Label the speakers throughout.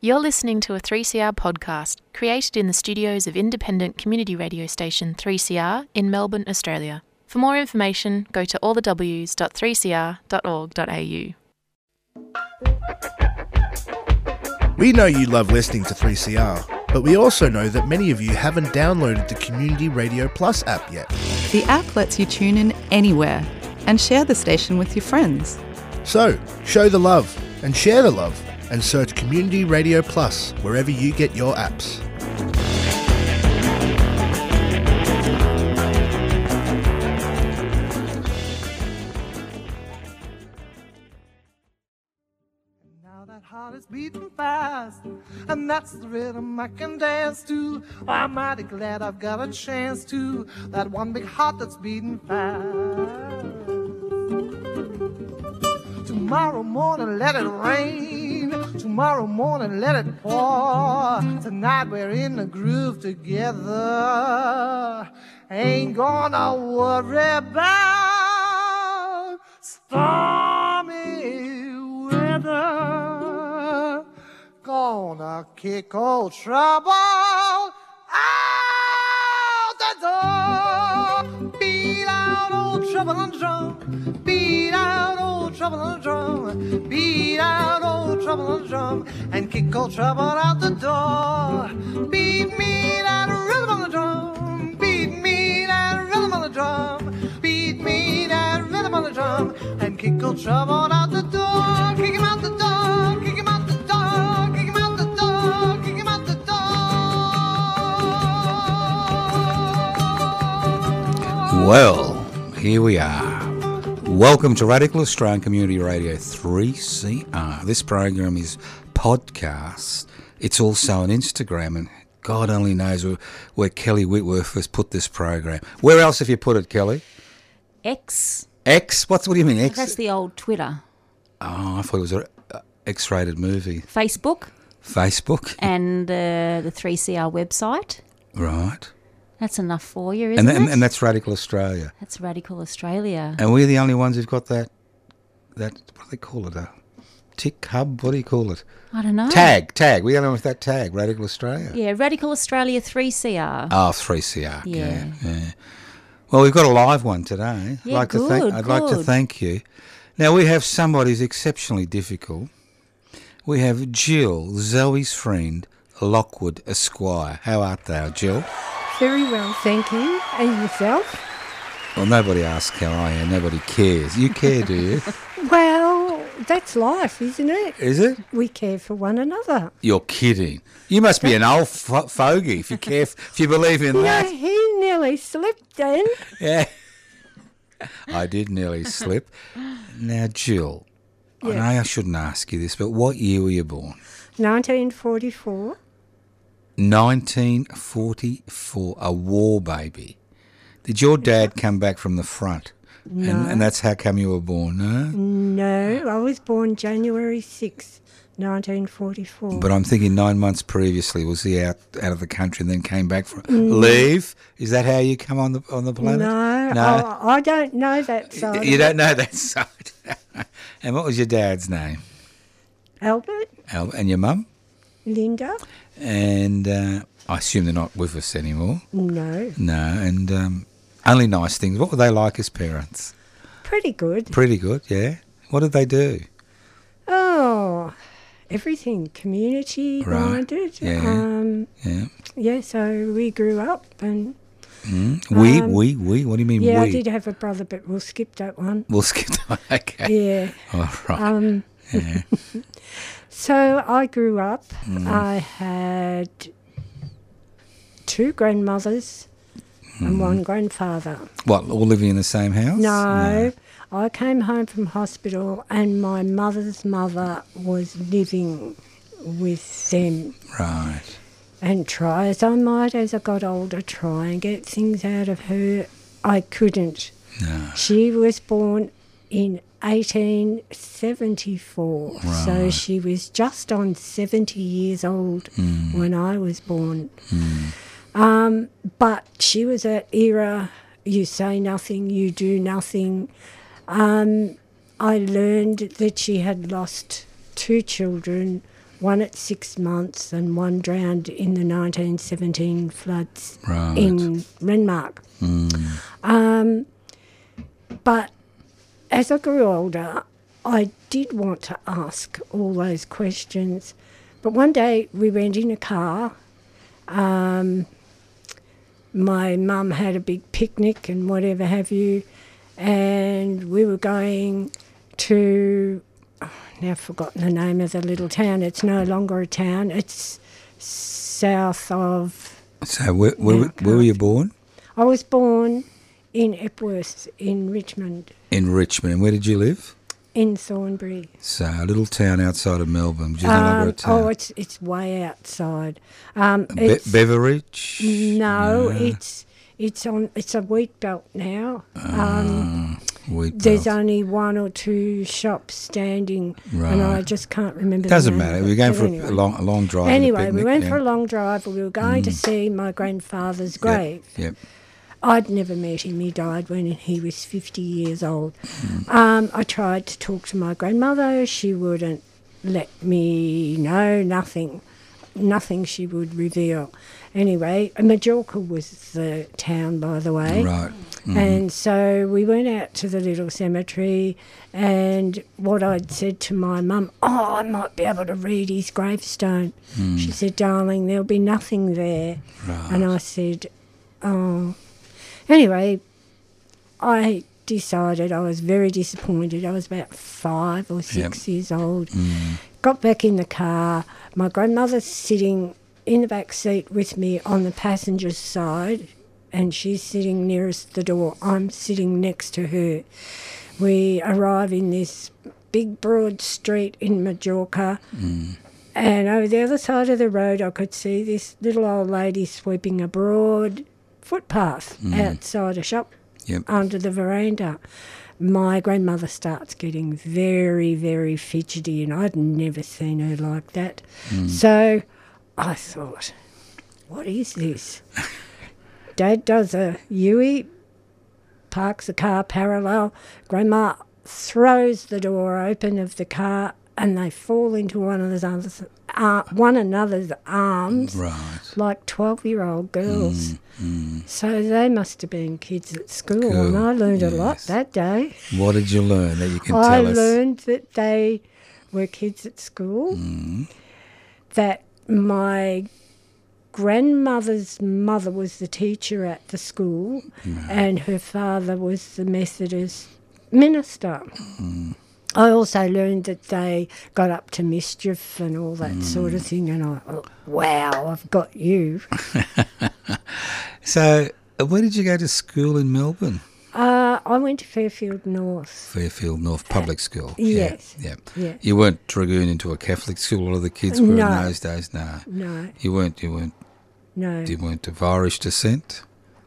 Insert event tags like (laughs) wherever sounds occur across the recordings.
Speaker 1: You're listening to a 3CR podcast created in the studios of independent community radio station 3CR in Melbourne, Australia. For more information, go to allthews.3cr.org.au.
Speaker 2: We know you love listening to 3CR, but we also know that many of you haven't downloaded the Community Radio Plus app yet.
Speaker 3: The app lets you tune in anywhere and share the station with your friends.
Speaker 2: So, show the love and share the love and search Community Radio Plus wherever you get your apps.
Speaker 4: Now that heart is beating fast, and that's the rhythm I can dance to. I'm mighty glad I've got a chance to. That one big heart that's beating fast. Tomorrow morning, let it rain. Tomorrow morning, let it pour. Tonight, we're in the groove together. Ain't gonna worry about stormy weather. Gonna kick old trouble out the door. Beat out old trouble and drum. Beat out old trouble and drum. Beat out old trouble and drum. And kick old trouble out the door. Beat me that rhythm on the drum. Beat me that rhythm on the drum. Beat me that rhythm on the drum. And kick old trouble out the door. Kick him out the door. Kick him out the door. Kick him out the door. Kick him out the door.
Speaker 5: Well, here we are. Welcome to Radical Australian Community Radio 3CR. This program is podcast. It's also an Instagram, and God only knows where, where Kelly Whitworth has put this program. Where else have you put it, Kelly?
Speaker 6: X.
Speaker 5: X? What's what do you mean X?
Speaker 6: That's the old Twitter.
Speaker 5: oh, I thought it was a X rated movie.
Speaker 6: Facebook
Speaker 5: Facebook,
Speaker 6: and uh, the 3CR website.
Speaker 5: right?
Speaker 6: That's enough for you, isn't
Speaker 5: And, tha- and
Speaker 6: it?
Speaker 5: and that's Radical Australia,
Speaker 6: That's Radical Australia.
Speaker 5: and we're the only ones who've got that. That what do they call it? A tick hub? What do you call it?
Speaker 6: I don't know.
Speaker 5: Tag, tag. We don't know if that tag, Radical Australia.
Speaker 6: Ah. Yeah, Radical Australia 3CR.
Speaker 5: Ah, 3CR. Yeah. yeah.
Speaker 6: Yeah.
Speaker 5: Well, we've got a live one today.
Speaker 6: Yeah,
Speaker 5: like to thank,
Speaker 6: good,
Speaker 5: I'd like to
Speaker 6: good.
Speaker 5: thank you. Now, we have somebody who's exceptionally difficult. We have Jill, Zoe's friend, Lockwood Esquire. How art thou, Jill?
Speaker 7: Very well, thank you. And yourself?
Speaker 5: Well, nobody asks how I am. Nobody cares. You care, do you?
Speaker 7: Well, that's life, isn't it?
Speaker 5: Is it?
Speaker 7: We care for one another.
Speaker 5: You're kidding. You must be an old fo- fogey if you care, f- if you believe in
Speaker 7: No,
Speaker 5: that.
Speaker 7: he nearly slipped then.
Speaker 5: Yeah. I did nearly slip. Now, Jill, I
Speaker 7: Yeah.
Speaker 5: know I shouldn't ask you this, but what year were you born?
Speaker 7: 1944.
Speaker 5: 1944, a war baby. Did your dad come back from the front? And, and that's how come you were born, no?
Speaker 7: No, I was born January 6th, 1944.
Speaker 5: But I'm thinking nine months previously was he out out of the country and then came back from leave. Is that how you come on the on the
Speaker 7: no, Oh,
Speaker 5: planet?
Speaker 7: I, I don't know that
Speaker 5: Y-
Speaker 7: side.
Speaker 5: you
Speaker 7: of
Speaker 5: don't know that (laughs) side. and what was your dad's name?
Speaker 7: Albert,
Speaker 5: Al- And your mum?
Speaker 7: Linda?
Speaker 5: and uh, I assume they're not with us anymore.
Speaker 7: No,
Speaker 5: No, and um, only nice things. What were they like as parents?
Speaker 7: pretty good.
Speaker 5: Pretty good, yeah. What did they do?
Speaker 7: Oh, everything community
Speaker 5: Right,
Speaker 7: minded.
Speaker 5: yeah.
Speaker 7: Um,
Speaker 5: Yeah,
Speaker 7: yeah, so we grew up and
Speaker 5: we,
Speaker 7: Um,
Speaker 5: we, we. What do you mean
Speaker 7: yeah,
Speaker 5: we?
Speaker 7: I did have a brother, but we'll skip that one.
Speaker 5: We'll skip that. (laughs) Okay.
Speaker 7: Yeah.
Speaker 5: All right.
Speaker 7: Um,
Speaker 5: yeah.
Speaker 7: so I grew up. I had two grandmothers and one grandfather.
Speaker 5: What? All living in the same house?
Speaker 7: No, I came home from hospital, and my mother's mother was living with them.
Speaker 5: Right.
Speaker 7: And try as I might as I got older, try and get things out of her, I couldn't.
Speaker 5: No.
Speaker 7: She was born in 1874, so she was just on 70 years old when I was born. Um, but she was an era you say nothing, you do nothing. Um, I learned that she had lost two children one at six months and one drowned in the 1917 floods
Speaker 5: Right.
Speaker 7: in Renmark. Um, but as I grew older, I did want to ask all those questions. But one day we went in a car. Um, my mum had a big picnic and whatever have you, and we were going to. oh, now I've forgotten the name of the little town. It's no longer a town. It's south of.
Speaker 5: So where, where, were- where were you born?
Speaker 7: I was born in Epworth in Richmond,
Speaker 5: In Richmond. And where did you live?
Speaker 7: in Thornbury.
Speaker 5: So a little town outside of Melbourne, which is no longer
Speaker 7: Um,
Speaker 5: a
Speaker 7: oh,
Speaker 5: town.
Speaker 7: it's it's way outside. Um,
Speaker 5: Be-
Speaker 7: it's,
Speaker 5: Beveridge?
Speaker 7: no, it's it's on. It's a wheat belt now.
Speaker 5: Ah,
Speaker 7: Um,
Speaker 5: Wheat
Speaker 7: there's
Speaker 5: belt.
Speaker 7: only one or two shops standing, and I
Speaker 5: Right.
Speaker 7: just can't remember. the
Speaker 5: Doesn't
Speaker 7: name
Speaker 5: matter.
Speaker 7: of
Speaker 5: We were
Speaker 7: it,
Speaker 5: going
Speaker 7: but
Speaker 5: for
Speaker 7: anyway.
Speaker 5: a, long, a long drive. and a
Speaker 7: Anyway, we
Speaker 5: picnic,
Speaker 7: went
Speaker 5: yeah. Mm.
Speaker 7: for a long drive. We were going to see my grandfather's
Speaker 5: Yep,
Speaker 7: grave.
Speaker 5: Yep.
Speaker 7: I'd never met him. He died when he was 50 years old. Um, I tried to talk to my grandmother. She wouldn't let me know nothing. Nothing she would reveal. Anyway, Majorca was the town, by the way.
Speaker 5: Right.
Speaker 7: And so we went out to the little cemetery, and what I'd said to my mum, oh, I might be able to read his gravestone. She said, darling, there'll be nothing there. And I said, oh. Anyway, I decided I was very disappointed. I was about five or six years old. Got back in the car. My grandmother's sitting in the back seat with me on the passenger's side, and she's sitting nearest the door. I'm sitting next to her. We arrive in this big, broad street in Majorca. And over the other side of the road, I could see this little old lady sweeping a broad footpath outside a shop
Speaker 5: Yep.
Speaker 7: um, under the veranda. My grandmother starts getting very, very fidgety, and I'd never seen her like that. So I thought, what is this? Dad does a Yui, parks the car parallel. Grandma throws the door open of the car, and they fall into one of those others, uh, one another's arms
Speaker 5: Right.
Speaker 7: like 12 year old
Speaker 5: Mm,
Speaker 7: girls. So they must have been kids at school,
Speaker 5: Cool,
Speaker 7: and I learned a lot
Speaker 5: yes.
Speaker 7: that day.
Speaker 5: What did you learn that you can
Speaker 7: I
Speaker 5: tell us?
Speaker 7: learned that they were kids at school,
Speaker 5: Mm.
Speaker 7: that my grandmother's mother was the teacher at the school, and her father was the Methodist minister.
Speaker 5: Mm.
Speaker 7: I also learned that they got up to mischief and all that sort
Speaker 5: Mm.
Speaker 7: of thing, and I, oh, wow, I've got you.
Speaker 5: So, uh, where did you go to school in Melbourne?
Speaker 7: Uh, I went to Fairfield North.
Speaker 5: Fairfield North Public School.
Speaker 7: Yes.
Speaker 5: Yeah. yeah.
Speaker 7: Yeah.
Speaker 5: You weren't dragooned into a Catholic school. A lot of the kids were
Speaker 7: No.
Speaker 5: in those days. No.
Speaker 7: No,
Speaker 5: You weren't. You weren't.
Speaker 7: no.
Speaker 5: You weren't of Irish descent.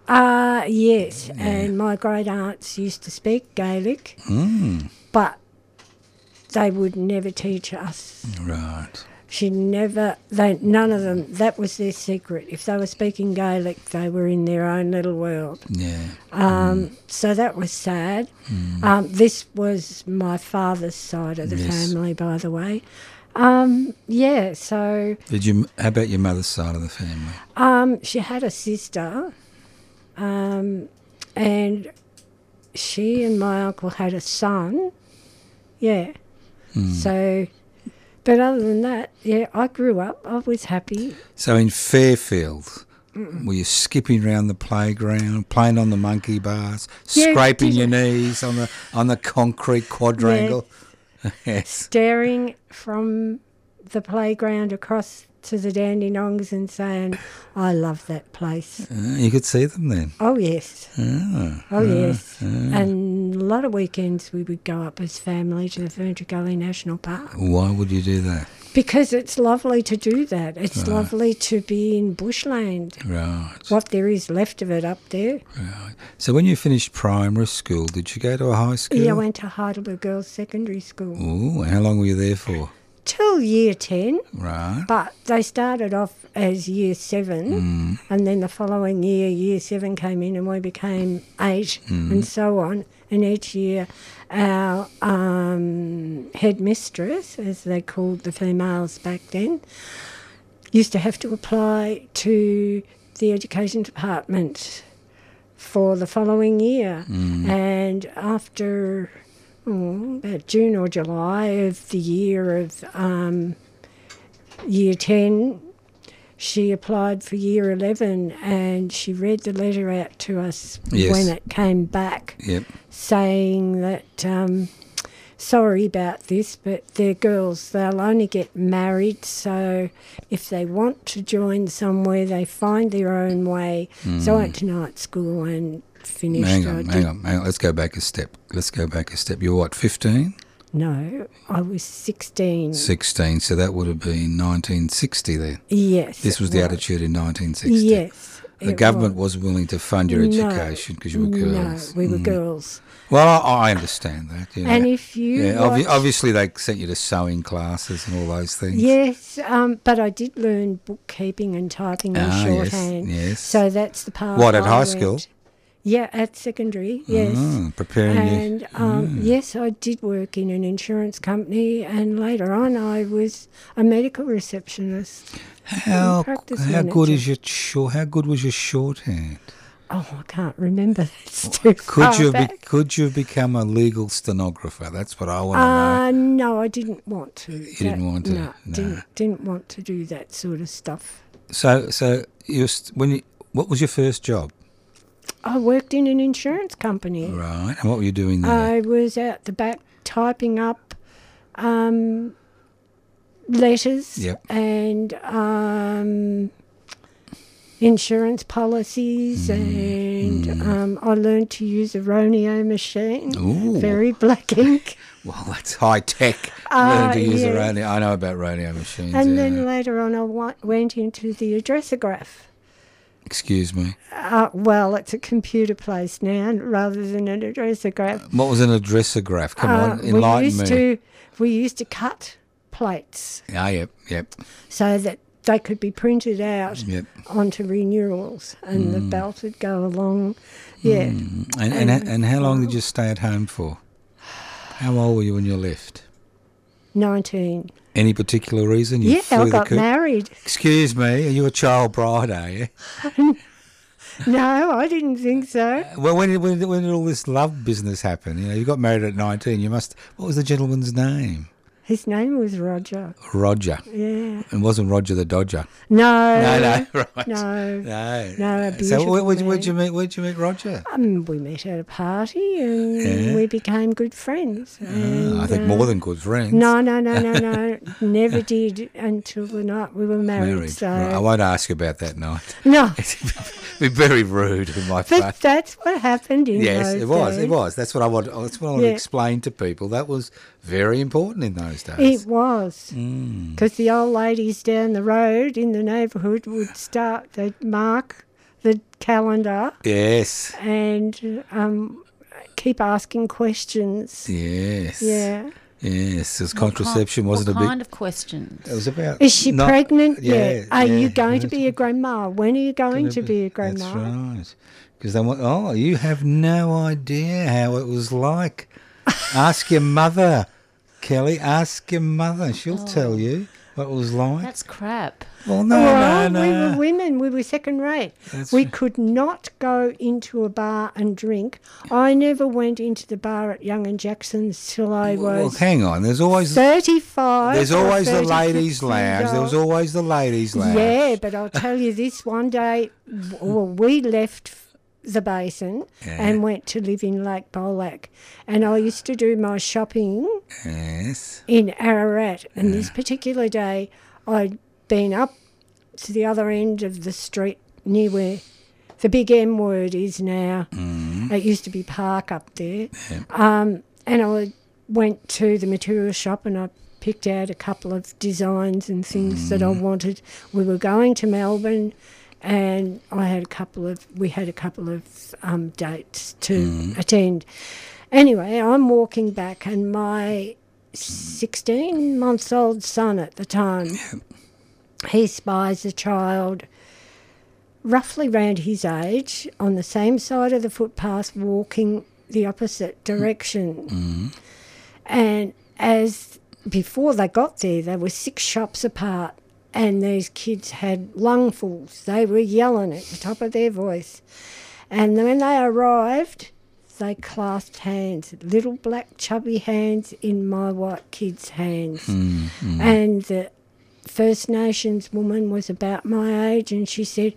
Speaker 7: Uh, yes, and my great aunts used to speak Gaelic, but they would never teach us.
Speaker 5: Right.
Speaker 7: She never, they, none of them, that was their secret. If they were speaking Gaelic, they were in their own little world.
Speaker 5: Yeah.
Speaker 7: Um, So that was sad. Um, this was my father's side of the
Speaker 5: Yes.
Speaker 7: family, by the way. Um, yeah, so
Speaker 5: Did you? How about your mother's side of the family?
Speaker 7: um, she had a sister, um, and she and my uncle had a son. Yeah. So, but other than that, yeah, I grew up. I was happy.
Speaker 5: So in Fairfield, were you skipping around the playground, playing on the monkey bars,
Speaker 7: Yeah,
Speaker 5: scraping
Speaker 7: did-
Speaker 5: your knees on the on the concrete quadrangle? (laughs) yes.
Speaker 7: staring from the playground across to the Dandenongs and saying, I love that place.
Speaker 5: Uh, you could see them then.
Speaker 7: Oh, yes. oh, yes. And a lot of weekends we would go up as family to the Furniture Gully National Park
Speaker 5: Why would you do that?
Speaker 7: because it's lovely to do that. It's lovely to be in bushland,
Speaker 5: Right.
Speaker 7: what there is left of it up there.
Speaker 5: So when you finished primary school, did you go to a high school?
Speaker 7: Yeah, I went to Heidelberg Girls Secondary School.
Speaker 5: Ooh, and how long were you there for?
Speaker 7: till year 10,
Speaker 5: Right.
Speaker 7: but they started off as year 7, and then the following year, year 7 came in and we became 8, and so on. And each year, our um, headmistress, as they called the females back then, used to have to apply to the education department for the following year. And after oh, about June or July of the year of um, year 10, she applied for year 11 and she read the letter out to us
Speaker 5: Yes.
Speaker 7: when it came back
Speaker 5: Yep.
Speaker 7: saying that um, sorry about this, but they're girls. They'll only get married. So if they want to join somewhere, they find their own way. So I went to night school and finished.
Speaker 5: Hmm. Hang
Speaker 7: I
Speaker 5: on,
Speaker 7: did-
Speaker 5: hang on, hang on. Let's go back a step. Let's go back a step. You're what, 15?
Speaker 7: No, I was 16.
Speaker 5: 16. So that would have been 1960 then.
Speaker 7: yes.
Speaker 5: This
Speaker 7: it
Speaker 5: was the attitude in 1960.
Speaker 7: Yes.
Speaker 5: The
Speaker 7: it
Speaker 5: government
Speaker 7: was.
Speaker 5: was. willing to fund your
Speaker 7: No,
Speaker 5: education because you were girls. Mm.
Speaker 7: No, we were girls.
Speaker 5: Well, I, I understand that. Yeah.
Speaker 7: And if you.
Speaker 5: yeah, obvi-
Speaker 7: watched-
Speaker 5: obviously they sent you to sewing classes and all those things.
Speaker 7: Yes, um, but I did learn bookkeeping and typing and
Speaker 5: Ah, yes,
Speaker 7: shorthand.
Speaker 5: yes.
Speaker 7: So that's the part.
Speaker 5: What, at
Speaker 7: I
Speaker 5: high school?
Speaker 7: went- Yeah, at secondary. Yes.
Speaker 5: Ah, Hmm. preparing you.
Speaker 7: And um, yes, I did work in an insurance company, and later on, I was a medical receptionist.
Speaker 5: How,
Speaker 7: practice
Speaker 5: how good
Speaker 7: manager.
Speaker 5: is your short, How good was your shorthand?
Speaker 7: Oh, I can't remember. (laughs) That's too
Speaker 5: Could
Speaker 7: far
Speaker 5: you have be,
Speaker 7: Oh, back.
Speaker 5: could you have become a legal stenographer? That's what I want to know.
Speaker 7: Uh, no, I didn't want to. You
Speaker 5: didn't want to,
Speaker 7: No,
Speaker 5: no.
Speaker 7: Didn't, didn't want to do that sort of stuff.
Speaker 5: So, so you st- when you, what was your first job?
Speaker 7: I worked in an insurance company.
Speaker 5: Right, and what were you doing there?
Speaker 7: I was out the back typing up um, letters
Speaker 5: Yep.
Speaker 7: and um, insurance policies,
Speaker 5: Mm.
Speaker 7: and um, I learned to use a Ronio machine.
Speaker 5: Ooh.
Speaker 7: Very black
Speaker 5: (laughs)
Speaker 7: ink.
Speaker 5: well, that's high tech.
Speaker 7: (laughs) Uh,
Speaker 5: Learning to use a
Speaker 7: yeah.
Speaker 5: radio. I know about radio machines.
Speaker 7: and
Speaker 5: yeah.
Speaker 7: then later on, I wa- went into the addressograph.
Speaker 5: excuse me,
Speaker 7: Uh, well, it's a computer place now rather than an addressograph.
Speaker 5: what was an addressograph? Come
Speaker 7: Uh,
Speaker 5: on,
Speaker 7: we
Speaker 5: enlighten
Speaker 7: used
Speaker 5: me.
Speaker 7: to we used to cut plates.
Speaker 5: Ah, yep, yep,
Speaker 7: so that they could be printed out
Speaker 5: yep.
Speaker 7: onto renewals and
Speaker 5: Mm.
Speaker 7: the belt would go along. Yeah.
Speaker 5: And and,
Speaker 7: Um,
Speaker 5: and how long did you stay at home for? How old were you when you left?
Speaker 7: 19.
Speaker 5: Any particular reason? You
Speaker 7: Yeah,
Speaker 5: flew
Speaker 7: I
Speaker 5: the
Speaker 7: got
Speaker 5: coop?
Speaker 7: married. (laughs)
Speaker 5: Excuse me, are you a child bride? Are you?
Speaker 7: No, I didn't think so.
Speaker 5: Well, when did, when, did, when did all this love business happen? You know, you got married at 19. You must. What was the gentleman's name?
Speaker 7: His name was Roger.
Speaker 5: Roger.
Speaker 7: Yeah.
Speaker 5: And wasn't Roger the Dodger?
Speaker 7: No.
Speaker 5: No, no, (laughs) right.
Speaker 7: No.
Speaker 5: No.
Speaker 7: No, a
Speaker 5: So, where,
Speaker 7: beautiful
Speaker 5: where'd, you- where'd
Speaker 7: man.
Speaker 5: you meet? Where'd you meet Roger?
Speaker 7: Um, we met at a party and
Speaker 5: Yeah. Ah.
Speaker 7: we became good friends. And,
Speaker 5: Oh, I think
Speaker 7: uh,
Speaker 5: more than good friends.
Speaker 7: No, no, no, no,
Speaker 5: (laughs)
Speaker 7: no. Never did until the night we were married.
Speaker 5: Married.
Speaker 7: So
Speaker 5: Right, I won't ask about that night. (laughs)
Speaker 7: no,
Speaker 5: It'd be very rude in my
Speaker 7: but
Speaker 5: part.
Speaker 7: that's what happened in
Speaker 5: Yes,
Speaker 7: those
Speaker 5: it was.
Speaker 7: days.
Speaker 5: It was. That's what I want. That's what I want to
Speaker 7: Yeah.
Speaker 5: explain to people. That was very important in those days.
Speaker 7: It was.
Speaker 5: Mm.
Speaker 7: Because the old ladies down the road in the neighbourhood would start, they'd mark the calendar
Speaker 5: yes.
Speaker 7: and um, keep asking questions.
Speaker 5: Yes.
Speaker 7: Yeah.
Speaker 5: Yes. Because contraception wasn't
Speaker 6: what
Speaker 5: a big.
Speaker 6: kind of question?
Speaker 5: It was about.
Speaker 7: Is she
Speaker 5: not-
Speaker 7: pregnant yet?
Speaker 5: Yeah,
Speaker 7: Are
Speaker 5: yeah,
Speaker 7: you going to
Speaker 5: that's
Speaker 7: be a grandma? When are you going to
Speaker 5: gonna
Speaker 7: be a grandma?
Speaker 5: That's right. Because they want. Oh, you have no idea how it was
Speaker 7: (laughs)
Speaker 5: like. Ask your mother, Kelly. Ask your mother. She'll
Speaker 7: Oh.
Speaker 5: tell you what it was like.
Speaker 6: That's crap.
Speaker 5: well, no,
Speaker 7: Well,
Speaker 5: no,
Speaker 7: we
Speaker 5: no.
Speaker 7: were women. We were second rate.
Speaker 5: That's
Speaker 7: we
Speaker 5: right.
Speaker 7: could not go into a bar and drink. I never went into the bar at Young and Jackson's till I
Speaker 5: well,
Speaker 7: was
Speaker 5: hang on. There's always
Speaker 7: 35.
Speaker 5: There's
Speaker 7: or
Speaker 5: always the
Speaker 7: 36
Speaker 5: ladies'
Speaker 7: years
Speaker 5: lounge. There was
Speaker 7: old.
Speaker 5: always the ladies' lounge.
Speaker 7: Yeah, but I'll tell you this one day, w- well, we left the basin and went to live in Lake Bolac. And I used to do my shopping
Speaker 5: Yes.
Speaker 7: in Ararat. And this particular day, I'd been up to the other end of the street near where the big M word is now. It used to be Park up there. Um, and I went to the material shop and I picked out a couple of designs and things that I wanted. We were going to Melbourne. And I had a couple of, we had a couple of um, dates to attend. Anyway, I'm walking back, and my 16 months old son at the time. He spies a child roughly round his age on the same side of the footpath walking the opposite direction. And as before they got there, they were six shops apart, and these kids had lungfuls. They were yelling at the top of their voice. And when they arrived, they clasped hands, little black chubby hands in my white kid's hands. And the First Nations woman was about my age, and she said,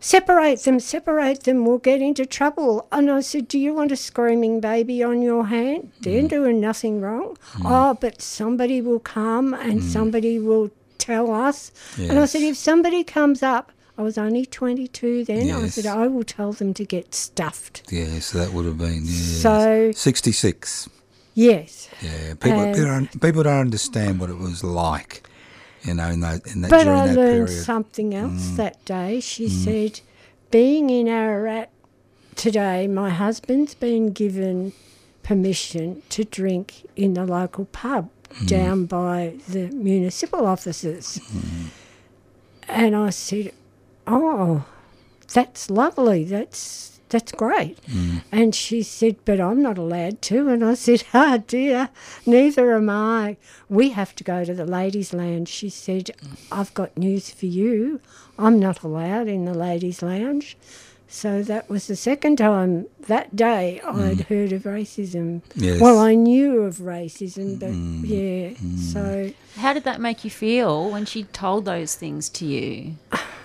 Speaker 7: Separate them, separate them, we'll get into trouble. And I said, Do you want a screaming baby on your hand? They're doing nothing wrong. Oh, but somebody will come and somebody will tell us. And I said, If somebody comes up, I was only 22 then, I
Speaker 5: Yes.
Speaker 7: said, I will tell them to get stuffed.
Speaker 5: Yeah, so that would have been yeah.
Speaker 7: So,
Speaker 5: 66.
Speaker 7: yes.
Speaker 5: Yeah, people
Speaker 7: And-
Speaker 5: people, don't, people don't understand what it was like, you know, in that, in that
Speaker 7: But
Speaker 5: during
Speaker 7: I
Speaker 5: that
Speaker 7: learned
Speaker 5: period. Mm.
Speaker 7: something else that day. She said, being in Ararat today, my husband's been given permission to drink in the local pub
Speaker 5: Mm.
Speaker 7: down by the municipal offices.
Speaker 5: Mm.
Speaker 7: And I said, oh, that's lovely. That's that's great. And she said, but I'm not allowed to. And I said, (laughs) ah, dear, neither am I. We have to go to the ladies' lounge. She said, I've got news for you. I'm not allowed in the ladies' lounge. So that was the second time that day I'd heard of racism.
Speaker 5: Yes.
Speaker 7: Well, I knew of racism, but yeah. So
Speaker 6: How did that make you feel when she told those things to you?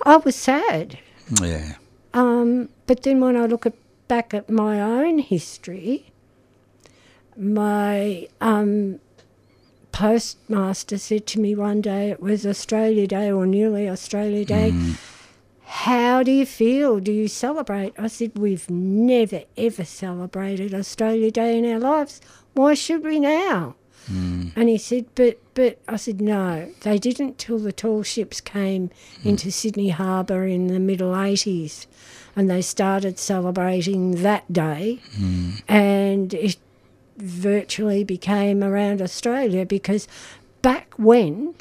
Speaker 7: I was sad.
Speaker 5: yeah.
Speaker 7: Um, But then when I look at, back at my own history, my um, postmaster said to me one day, it was Australia Day or nearly Australia Day, how do you feel? Do you celebrate? I said, we've never ever celebrated Australia Day in our lives. Why should we now? And he said, but, but, I said, no, they didn't till the tall ships came into Sydney Harbour in the middle 80s. And they started celebrating that day. And it virtually became around Australia because back when,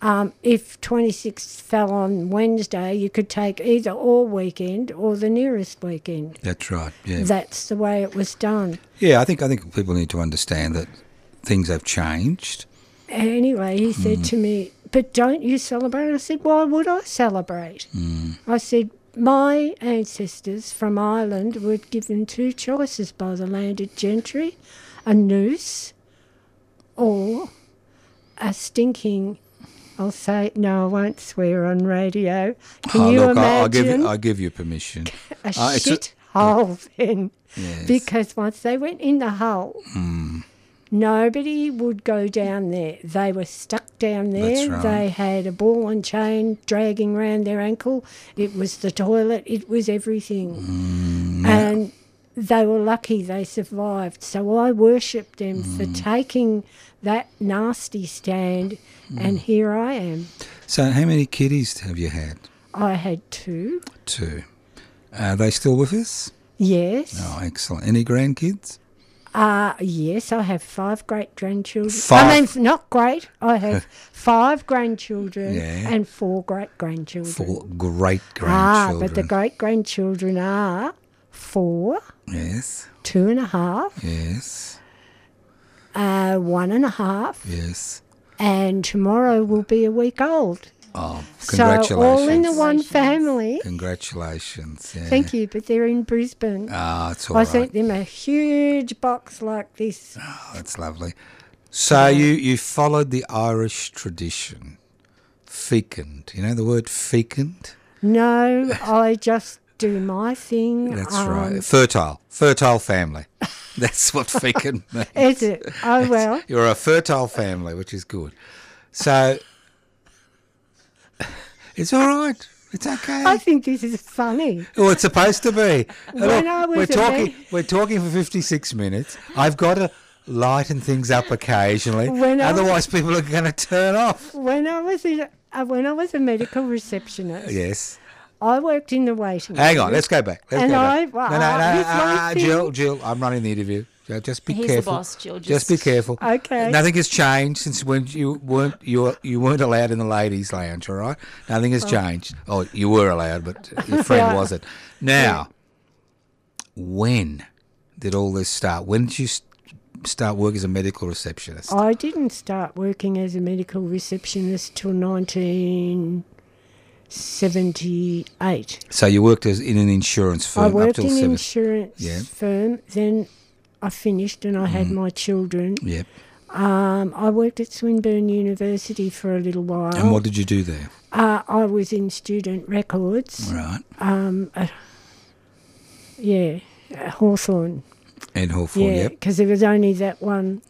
Speaker 7: um, if 26 fell on Wednesday, you could take either all weekend or the nearest weekend.
Speaker 5: That's right. Yeah.
Speaker 7: That's the way it was done.
Speaker 5: yeah, I think I think people need to understand that things have changed.
Speaker 7: Anyway, he said to me, But don't you celebrate? I said, Why would I celebrate?
Speaker 5: Mm.
Speaker 7: I said, My ancestors from Ireland were given two choices by the landed gentry a noose or a stinking. I'll say, no, I won't swear on radio. Can
Speaker 5: Oh,
Speaker 7: you
Speaker 5: look, I,
Speaker 7: imagine?
Speaker 5: I give you, I give you permission.
Speaker 7: a
Speaker 5: Uh, it's a-
Speaker 7: shit hole then.
Speaker 5: Yes. Hmm.
Speaker 7: Because once they went in the hole, nobody would go down there. They were stuck down there.
Speaker 5: right.
Speaker 7: They had a ball and chain dragging round their ankle. It was the toilet, it was everything.
Speaker 5: Hmm.
Speaker 7: And they were lucky they survived. So I worshipped them
Speaker 5: Hmm.
Speaker 7: for taking that nasty stand,
Speaker 5: Hmm.
Speaker 7: and here I am.
Speaker 5: So, how many kiddies have you had?
Speaker 7: I had two.
Speaker 5: Two. Are they still with us?
Speaker 7: Yes.
Speaker 5: Oh, excellent. Any grandkids?
Speaker 7: Uh, yes, I have five great grandchildren.
Speaker 5: Five.
Speaker 7: I mean, f- not great. I
Speaker 5: (laughs)
Speaker 7: have five grandchildren
Speaker 5: Yeah.
Speaker 7: and four great grandchildren.
Speaker 5: Four great
Speaker 7: Ah, but the
Speaker 5: grandchildren.
Speaker 7: great grandchildren are four,
Speaker 5: yes,
Speaker 7: two and a half,
Speaker 5: yes,
Speaker 7: uh, one and a half,
Speaker 5: yes.
Speaker 7: and tomorrow will be a week old.
Speaker 5: Oh, congratulations.
Speaker 7: So all in the one family.
Speaker 5: Congratulations. Yeah.
Speaker 7: Thank you, but they're in Brisbane.
Speaker 5: Ah, it's all
Speaker 7: I
Speaker 5: right.
Speaker 7: sent them a huge box like this.
Speaker 5: Oh, that's lovely. So you, you followed the Irish tradition. Fecund. You know the word fecund?
Speaker 7: No, I just do my thing.
Speaker 5: That's
Speaker 7: Um,
Speaker 5: right. Fertile. Fertile family. (laughs) That's what fecund means.
Speaker 7: (laughs) Is
Speaker 5: (laughs)
Speaker 7: it? Oh well.
Speaker 5: You're a fertile family, which is good. So (laughs) it's all right. It's okay.
Speaker 7: I think this is funny.
Speaker 5: Well, it's supposed to be.
Speaker 7: (laughs) When I was
Speaker 5: we're
Speaker 7: a
Speaker 5: talking,
Speaker 7: ma-
Speaker 5: we're talking for fifty-six minutes. I've got to lighten things up occasionally,
Speaker 7: When I was-
Speaker 5: otherwise people are going to turn
Speaker 7: (laughs)
Speaker 5: off.
Speaker 7: When I was a, uh, when I was a medical receptionist,
Speaker 5: Yes.
Speaker 7: I worked in the waiting.
Speaker 5: Hang on.
Speaker 7: room.
Speaker 5: Let's go back. Let's
Speaker 7: And
Speaker 5: go
Speaker 7: I-
Speaker 5: back. no, no, no.
Speaker 7: uh, this one
Speaker 5: uh,
Speaker 7: thing-
Speaker 5: Jill, Jill, I'm running the interview. So just be
Speaker 6: He's the
Speaker 5: careful.
Speaker 6: boss, Jill,
Speaker 5: Just be
Speaker 6: just-
Speaker 5: careful.
Speaker 7: Okay.
Speaker 5: Nothing has changed since when you weren't you were, you weren't allowed in the ladies' lounge. All right. Nothing has changed. Oh, you were allowed, but your friend
Speaker 7: Yeah.
Speaker 5: wasn't. Now, when did all this start? When did you s- start work as a medical receptionist?
Speaker 7: I didn't start working as a medical receptionist till 1978.
Speaker 5: So you worked as in an insurance firm
Speaker 7: I
Speaker 5: up
Speaker 7: worked
Speaker 5: till
Speaker 7: in an
Speaker 5: seven.
Speaker 7: insurance
Speaker 5: Yeah. Mm-hmm.
Speaker 7: firm. Then I finished and I had my children.
Speaker 5: yep.
Speaker 7: Um, I worked at Swinburne University for a little while.
Speaker 5: And what did you do there?
Speaker 7: uh, I was in student records.
Speaker 5: Right. Mm.
Speaker 7: Yeah, at Hawthorne.
Speaker 5: And Hawthorne.
Speaker 7: Yeah,
Speaker 5: Yep.
Speaker 7: because there was only that one.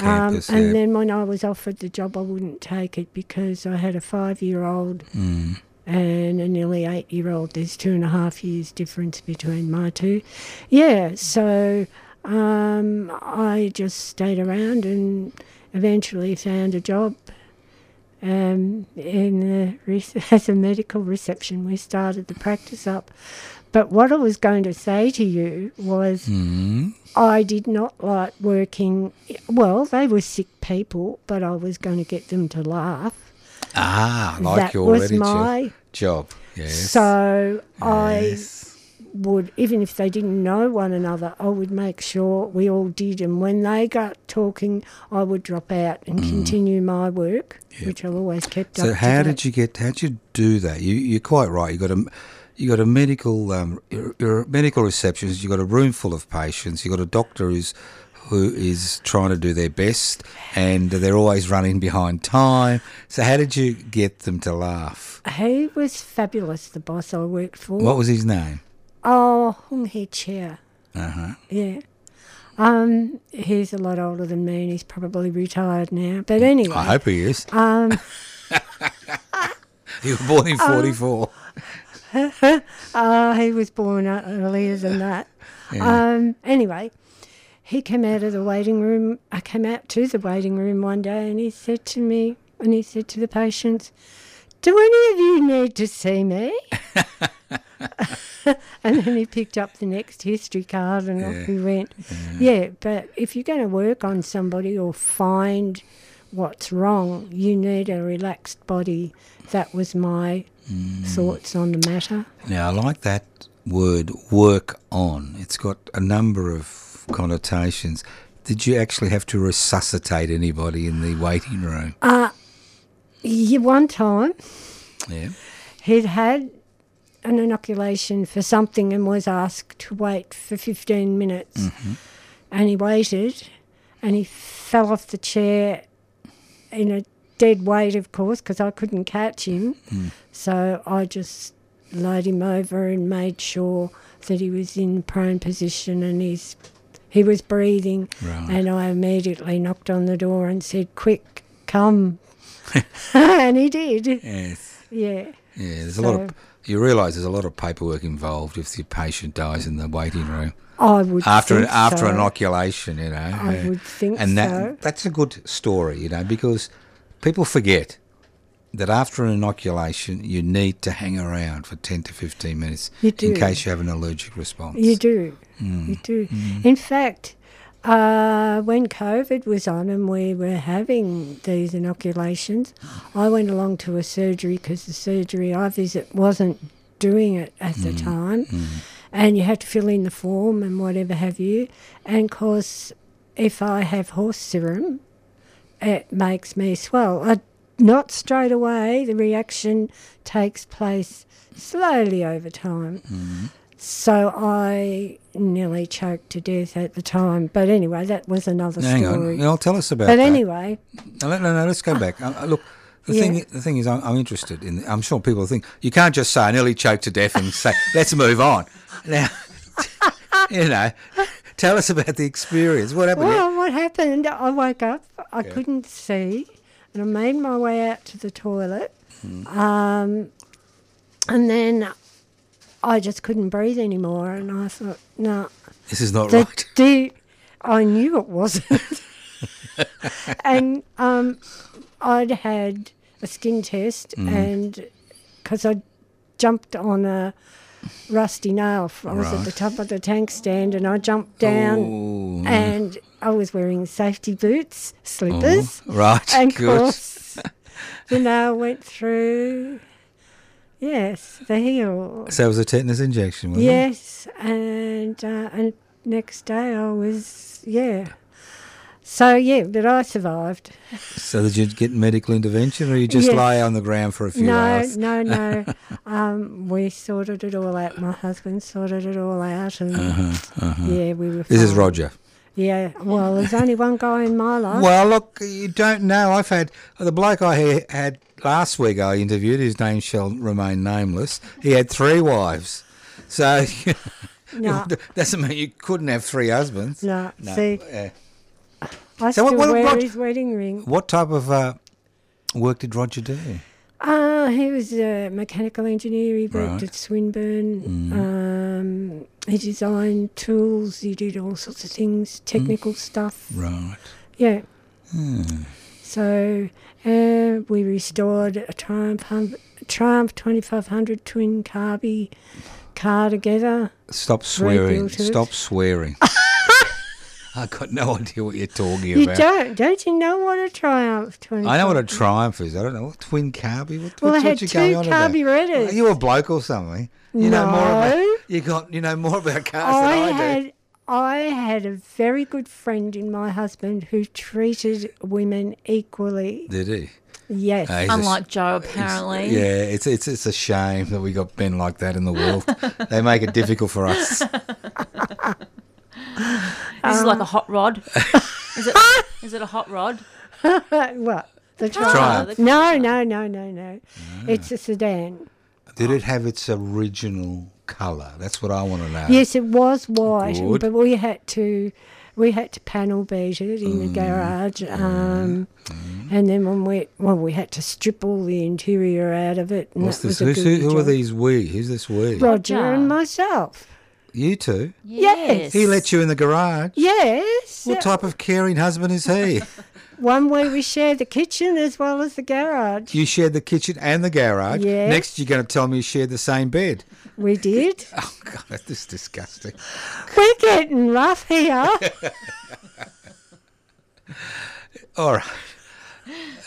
Speaker 7: Um,
Speaker 5: Campus.
Speaker 7: and
Speaker 5: yeah.
Speaker 7: then when I was offered the job, I wouldn't take it because I had a five-year-old
Speaker 5: Mm.
Speaker 7: and a nearly eight-year-old. There's two and a half years difference between my two. Yeah, so um, I just stayed around and eventually found a job um, in the re- (laughs) as a medical reception. We started the practice up. But what I was going to say to you was.
Speaker 5: Mm-hmm.
Speaker 7: I did not like working. Well, they were sick people, but I was going to get them to laugh.
Speaker 5: ah, like
Speaker 7: that
Speaker 5: your
Speaker 7: was
Speaker 5: already jo-
Speaker 7: my-
Speaker 5: job. Yes.
Speaker 7: So I
Speaker 5: Yes.
Speaker 7: would, even if they didn't know one another, I would make sure we all did. And when they got talking, I would drop out and continue my work, which I've always kept up.
Speaker 5: Mm. So
Speaker 7: to
Speaker 5: how
Speaker 7: date.
Speaker 5: did you get? How did you do that? You, you're quite right. You got a, you got a medical, um, you're, you're a medical receptionist. You got a room full of patients. You got a doctor who's, who is trying to do their best, and they're always running behind time. So how did you get them to laugh?
Speaker 7: He was fabulous, the boss I worked for.
Speaker 5: What was his name?
Speaker 7: Oh, Hung Hee Chia.
Speaker 5: Uh-huh.
Speaker 7: Uh huh. Yeah. Um, he's a lot older than me and he's probably retired now. But anyway.
Speaker 5: I hope he is. Um. (laughs) you were born in
Speaker 7: um,
Speaker 5: '44.
Speaker 7: Oh, he was born uh, earlier than that. Um, anyway, he came out of the waiting room. I came out to the waiting room one day and he said to me, and he said to the patients, Do any of you need to see me? (laughs) and then he picked up the next history card and off we went. Yeah. but if you're going to work on somebody or find what's wrong, you need a relaxed body. That was my thoughts on the matter.
Speaker 5: Now, I like that word work on. It's got a number of connotations. Did you actually have to resuscitate anybody in the waiting room?
Speaker 7: Yeah, one time
Speaker 5: yeah.
Speaker 7: he'd had an inoculation for something and was asked to wait for 15 minutes. And he waited and he fell off the chair in a dead weight, of course, because I couldn't catch him. So I just laid him over and made sure that he was in prone position and he's, he was breathing.
Speaker 5: Right.
Speaker 7: And I immediately knocked on the door and said, Quick, come. (laughs) and he did.
Speaker 5: Yes.
Speaker 7: Yeah.
Speaker 5: Yeah. There's a lot of.
Speaker 7: So-
Speaker 5: You realise there's a lot of paperwork involved if the patient dies in the waiting room
Speaker 7: I would
Speaker 5: after an,
Speaker 7: think
Speaker 5: after
Speaker 7: so.
Speaker 5: inoculation. You know.
Speaker 7: I would think
Speaker 5: and that
Speaker 7: so.
Speaker 5: that's a good story, you know, because people forget that after an inoculation you need to hang around for 10 to 15 minutes
Speaker 7: You
Speaker 5: in
Speaker 7: do.
Speaker 5: case you have an allergic response.
Speaker 7: You do,
Speaker 5: Mm.
Speaker 7: you do. In fact, uh, when COVID was on and we were having these inoculations, I went along to a surgery because the surgery I visit wasn't doing it at the
Speaker 5: Mm.
Speaker 7: time, and you had to fill in the form and whatever have you. And course, if I have horse serum, it makes me swell. I, not straight away, the reaction takes place slowly over time.
Speaker 5: Mm-hmm.
Speaker 7: So I nearly choked to death at the time. But anyway, that was another
Speaker 5: Hang
Speaker 7: story.
Speaker 5: on. Now, tell us about
Speaker 7: But
Speaker 5: that.
Speaker 7: anyway, Ah.
Speaker 5: No, no, no, let's go back. Uh, uh, look, the
Speaker 7: Yeah.
Speaker 5: thing, the thing is, I'm, I'm interested in. I'm sure people think you can't just say I nearly choked to death and say (laughs) let's move on. Now, (laughs) you know, tell us about the experience. What happened?
Speaker 7: well, what happened? I woke up. I couldn't see, and I made my way out to the toilet.
Speaker 5: Mm.
Speaker 7: Um, and then I just couldn't breathe anymore, and I thought, no,
Speaker 5: this is
Speaker 7: (laughs)
Speaker 5: not
Speaker 7: the
Speaker 5: right.
Speaker 7: D- I knew it wasn't.
Speaker 5: (laughs)
Speaker 7: and um, I'd
Speaker 5: Mm-hmm.
Speaker 7: had a skin test, and because I jumped on a rusty nail. f- I was at the
Speaker 5: Right. Oh,
Speaker 7: top of the tank stand and I jumped down
Speaker 5: Ooh.
Speaker 7: and I was wearing safety boots, slippers.
Speaker 5: right,
Speaker 7: And of
Speaker 5: Oh, good. (laughs)
Speaker 7: course, the nail went through, yes, the heel.
Speaker 5: So it was a tetanus injection, wasn't it?
Speaker 7: Yes, and uh, and next day I was yeah. So yeah, but I survived.
Speaker 5: So did you get medical intervention, or you just
Speaker 7: Yes.
Speaker 5: lie on the ground for a few
Speaker 7: no,
Speaker 5: hours?
Speaker 7: no,
Speaker 5: (laughs)
Speaker 7: no, um, We sorted it all out. My husband sorted it all out, and yeah, we were.
Speaker 5: Uh-huh, This is
Speaker 7: fine.
Speaker 5: Roger.
Speaker 7: Yeah. Well, there's only one guy in my
Speaker 5: (laughs)
Speaker 7: life.
Speaker 5: Well, look, you don't know. I've had the bloke I ha- had last week. I interviewed. His name shall remain nameless. He had three wives, so (laughs)
Speaker 7: No.
Speaker 5: doesn't mean you couldn't have three husbands.
Speaker 7: No, see,
Speaker 5: uh,
Speaker 7: I
Speaker 5: So
Speaker 7: still
Speaker 5: what- what-
Speaker 7: wear
Speaker 5: what-
Speaker 7: his wedding ring.
Speaker 5: what type of uh, work did Roger do?
Speaker 7: Uh, he was a mechanical engineer. He worked
Speaker 5: Right. Mm.
Speaker 7: at Swinburne. Um, he designed tools. He did all sorts of things,
Speaker 5: Mm.
Speaker 7: technical stuff.
Speaker 5: Right.
Speaker 7: Yeah.
Speaker 5: Hmm.
Speaker 7: So uh, we restored a Triumph, hun- Triumph 2500 twin carby car together.
Speaker 5: Stop
Speaker 7: Very
Speaker 5: swearing.
Speaker 7: guilty.
Speaker 5: Stop swearing. (laughs) I got no idea what you're talking
Speaker 7: You
Speaker 5: about.
Speaker 7: don't, don't you know what a Triumph 2500
Speaker 5: I know what a triumph is. I don't know what twin carby. What,
Speaker 7: Well, I
Speaker 5: what's-
Speaker 7: had
Speaker 5: what you going
Speaker 7: two
Speaker 5: on about?
Speaker 7: Carby Redders.
Speaker 5: Are you a bloke or something? You know more about.
Speaker 7: No.
Speaker 5: You got. You know more about cars
Speaker 7: I
Speaker 5: than I do.
Speaker 7: had I had a very good friend in my husband who treated women equally.
Speaker 5: Did he?
Speaker 7: Yes. (laughs)
Speaker 5: Uh, he's a s-
Speaker 6: Unlike Joe,
Speaker 5: he's-
Speaker 6: apparently.
Speaker 5: Yeah, it's it's it's a shame that we got men like that in the
Speaker 6: (laughs)
Speaker 5: world. they make it difficult for us.
Speaker 6: This is like a hot
Speaker 5: (laughs)
Speaker 6: rod. is, it, is it a hot rod?
Speaker 7: what? The
Speaker 5: Triumph.
Speaker 7: Triumph. No, no, no, no, no.
Speaker 5: Ah.
Speaker 7: It's a sedan.
Speaker 5: Did it have its original colour? That's what I want to know.
Speaker 7: Yes, it was white,
Speaker 5: Good.
Speaker 7: but we had to we had to panel beat it in
Speaker 5: Mm.
Speaker 7: the garage, um, and then when we well we had to strip all the interior out of it. And
Speaker 5: What's
Speaker 7: that
Speaker 5: this?
Speaker 7: Was a
Speaker 5: Who's, who,
Speaker 7: good
Speaker 5: who are
Speaker 7: job.
Speaker 5: these we? Who's this we?
Speaker 7: Roger
Speaker 6: Roger.
Speaker 7: and myself.
Speaker 5: You two?
Speaker 7: Yes.
Speaker 5: He let you in the garage.
Speaker 7: Yes.
Speaker 5: What type of caring husband is he?
Speaker 7: One way we share the kitchen as well as the garage.
Speaker 5: You shared the kitchen and the garage.
Speaker 7: Yes.
Speaker 5: Next, you're going to tell me you shared the same bed. (laughs)
Speaker 7: We did.
Speaker 5: Oh, God, that's just disgusting.
Speaker 7: We're getting rough
Speaker 5: (laughs)
Speaker 7: here.
Speaker 5: All right.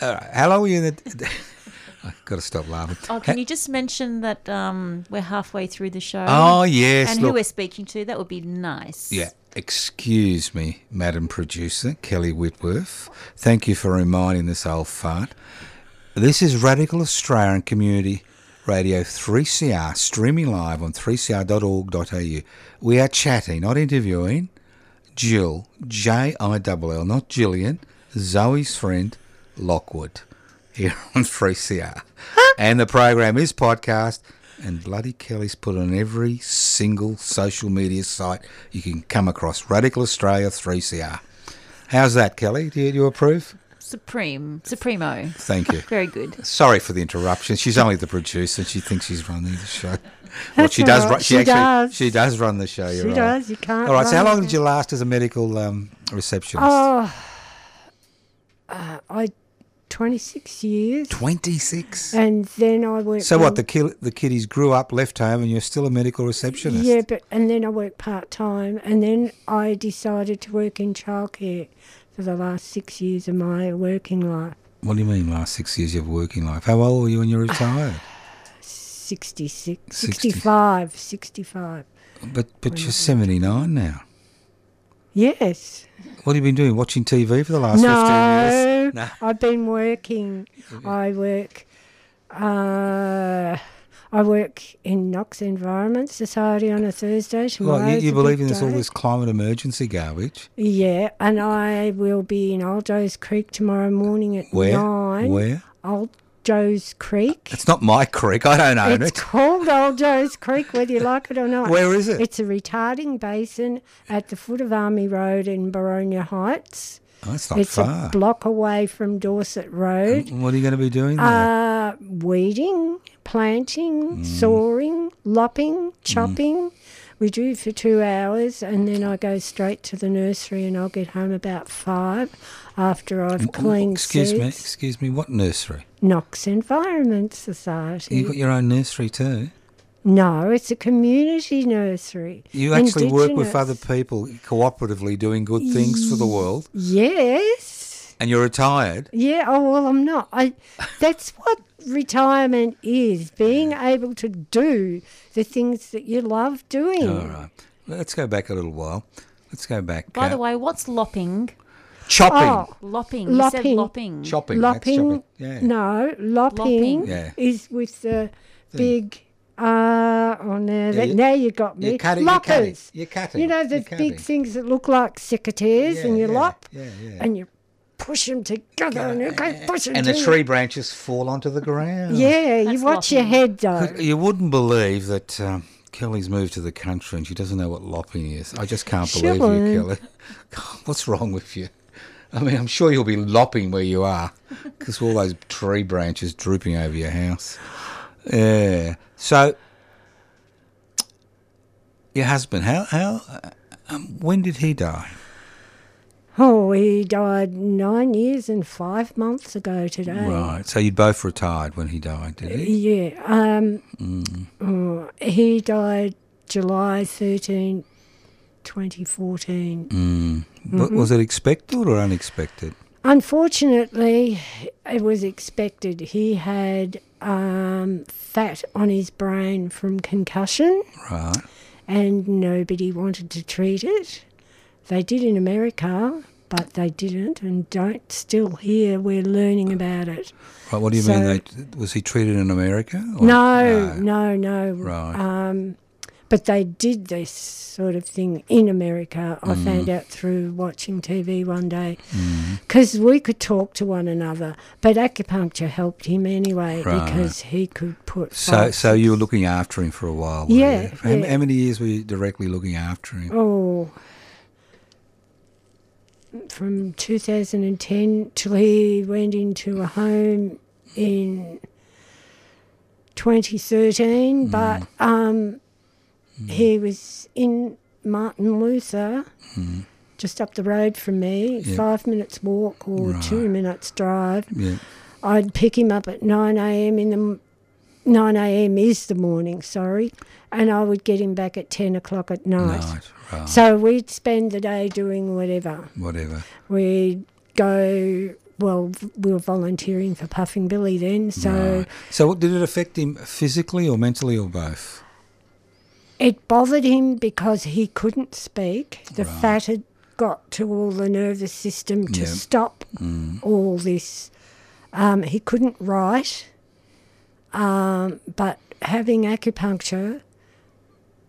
Speaker 5: All right. How long were you in the. (laughs) I've got to stop laughing.
Speaker 6: Oh, can you just mention that um, we're halfway through the show?
Speaker 5: Oh, yes.
Speaker 6: And who
Speaker 5: look.
Speaker 6: we're speaking to? That would be nice.
Speaker 5: Yeah. Excuse me, Madam Producer, Kelly Whitworth. Thank you for reminding this old fart. This is Radical Australian Community Radio 3CR, streaming live on 3cr.org.au. We are chatting, not interviewing. Jill, J I L L, not Jillian, Zoe's friend, Lockwood, here (laughs) on 3CR. and the program is podcast, and Bloody Kelly's put on every single social media site you can come across. Radical Australia 3CR. How's that, Kelly? Do you, do you approve?
Speaker 6: Supreme. Supremo.
Speaker 7: (laughs)
Speaker 5: Thank you.
Speaker 6: Very good.
Speaker 5: Sorry for the interruption. She's only the producer. She thinks she's running the show. Well, she does.
Speaker 7: all
Speaker 5: Run,
Speaker 7: right.
Speaker 5: she,
Speaker 7: She
Speaker 5: actually,
Speaker 7: does.
Speaker 5: She does run the show. You're
Speaker 7: She
Speaker 5: right.
Speaker 7: does, you can't
Speaker 5: All right. So, how
Speaker 7: run
Speaker 5: long did you last as a medical um, receptionist?
Speaker 7: oh, uh, I twenty six years,
Speaker 5: 26.
Speaker 7: and then I worked.
Speaker 5: So what? The
Speaker 7: in-
Speaker 5: kid, the kiddies grew up, left home, and you're still a medical receptionist.
Speaker 7: yeah, but and then I worked part time, and then I decided to work in childcare for the last six years of my working life.
Speaker 5: What do you mean? Last six years of working life? How old were you when you retired?
Speaker 7: 66,
Speaker 5: Sixty.
Speaker 7: 65, 65.
Speaker 5: but but you're 79 now.
Speaker 7: Yes.
Speaker 5: What have you been doing? Watching TV for the last 15 years?
Speaker 7: No,
Speaker 5: No.
Speaker 7: I've been working.
Speaker 5: Mm-hmm.
Speaker 7: I work. Uh, I work in Knox Environment Society on a Thursday.
Speaker 5: Well, you,
Speaker 7: Tomorrow's
Speaker 5: you
Speaker 7: a
Speaker 5: believe in
Speaker 7: big
Speaker 5: this all
Speaker 7: day.
Speaker 5: this climate emergency garbage?
Speaker 7: Yeah, and I will be in Old Joe's Creek tomorrow morning at
Speaker 5: Where?
Speaker 7: nine.
Speaker 5: Where?
Speaker 7: Old Joe's Creek.
Speaker 5: It's not my creek. I don't own
Speaker 7: It's
Speaker 5: it.
Speaker 7: called Old Joe's Creek, whether you like it or not.
Speaker 5: Where is it?
Speaker 7: It's a retarding basin at the foot of Army Road in Baronia Heights.
Speaker 5: Oh, it's not
Speaker 7: it's
Speaker 5: far.
Speaker 7: a block away from Dorset Road.
Speaker 5: what are you going to be doing there?
Speaker 7: Uh, weeding, planting,
Speaker 5: Mm.
Speaker 7: sawing, lopping, chopping. We do for two hours, and then I go straight to the nursery, and I'll get home about five after I've
Speaker 5: Oh,
Speaker 7: cleaned
Speaker 5: excuse me,
Speaker 7: seeds.
Speaker 5: excuse me. What nursery?
Speaker 7: Knox Environment Society.
Speaker 5: You got your own nursery too.
Speaker 7: No, it's a community nursery.
Speaker 5: You actually work with
Speaker 7: Indigenous-
Speaker 5: other people cooperatively doing good things for the world,
Speaker 7: Yes.
Speaker 5: and you're retired.
Speaker 7: Yeah, oh well I'm not. I that's what retirement is, being able to do the things that you love doing.
Speaker 5: All right. Let's go back a little while. Let's go back.
Speaker 6: By
Speaker 5: uh,
Speaker 6: the way, what's lopping?
Speaker 5: chopping.
Speaker 7: Oh,
Speaker 6: Lopping. You said
Speaker 7: Lopping.
Speaker 6: lopping.
Speaker 5: Chopping. that's
Speaker 7: lopping.
Speaker 5: chopping. Yeah.
Speaker 7: No, lopping,
Speaker 6: Lopping.
Speaker 5: Yeah.
Speaker 7: is with the big uh on there. that,
Speaker 5: you-
Speaker 7: now you got me.
Speaker 5: You're cutting. You're cutting.
Speaker 7: Loppers.
Speaker 5: You're cutting.
Speaker 7: You know
Speaker 5: you're
Speaker 7: the
Speaker 5: cutting.
Speaker 7: big things that look like secateurs, and you
Speaker 5: yeah,
Speaker 7: lop,
Speaker 5: yeah, yeah.
Speaker 7: and you push them together, and you go push them.
Speaker 5: And the tree branches fall onto the ground.
Speaker 7: Yeah, you
Speaker 6: That's
Speaker 7: watch your
Speaker 6: lopping.
Speaker 7: head though.
Speaker 5: You wouldn't believe that um, Kelly's moved to the country and she doesn't know what lopping is. I just can't
Speaker 7: She
Speaker 5: believe
Speaker 7: won't.
Speaker 5: you, Kelly. (laughs) God, what's wrong with you? I mean, I'm sure you'll be lopping where you are because all those tree branches drooping over your house. Yeah. So, your husband, how, how, um, when did he die?
Speaker 7: Oh, he died nine years and five months ago today.
Speaker 5: Right. So, you'd both retired when he died, did he?
Speaker 7: Yeah. Um, oh, he died July 13, 2014.
Speaker 5: But was it expected or unexpected?
Speaker 7: Unfortunately, it was expected. He had um, fat on his brain from concussion,
Speaker 5: Right.
Speaker 7: and nobody wanted to treat it. They did in America, but they didn't, and don't still here. We're learning about it.
Speaker 5: Right, what do you mean?
Speaker 7: So-
Speaker 5: They, was he treated in America? or-
Speaker 7: No, no, no.
Speaker 5: Right.
Speaker 7: Um, but they did this sort of thing in America.
Speaker 5: Mm.
Speaker 7: I found out through watching TV one day because we could talk to one another. But acupuncture helped him anyway
Speaker 5: Right.
Speaker 7: because he could put.
Speaker 5: So,
Speaker 7: five-
Speaker 5: so you were looking after him for a while. were you?
Speaker 7: Yeah,
Speaker 5: How,
Speaker 7: yeah.
Speaker 5: how many years were you directly looking after him?
Speaker 7: oh, from 2010 till he went into a home in 2013, but um, he was in Martin Luther, just up the road from me,
Speaker 5: Yep.
Speaker 7: five minutes walk or two minutes drive.
Speaker 5: Yeah.
Speaker 7: I'd pick him up at 9 a.m. in the m- 9 a.m. is the morning, sorry, and I would get him back at 10 o'clock at night.
Speaker 5: Right. Right.
Speaker 7: So we'd spend the day doing whatever.
Speaker 5: Whatever.
Speaker 7: We'd go, well, v- we were volunteering for Puffing Billy then, so
Speaker 5: Right. So, what, did it affect him physically or mentally or both?
Speaker 7: it bothered him because he couldn't speak. The fat had got to all the nervous system to
Speaker 5: Yep. Mm.
Speaker 7: stop all this. Um, he couldn't write, um, but having acupuncture,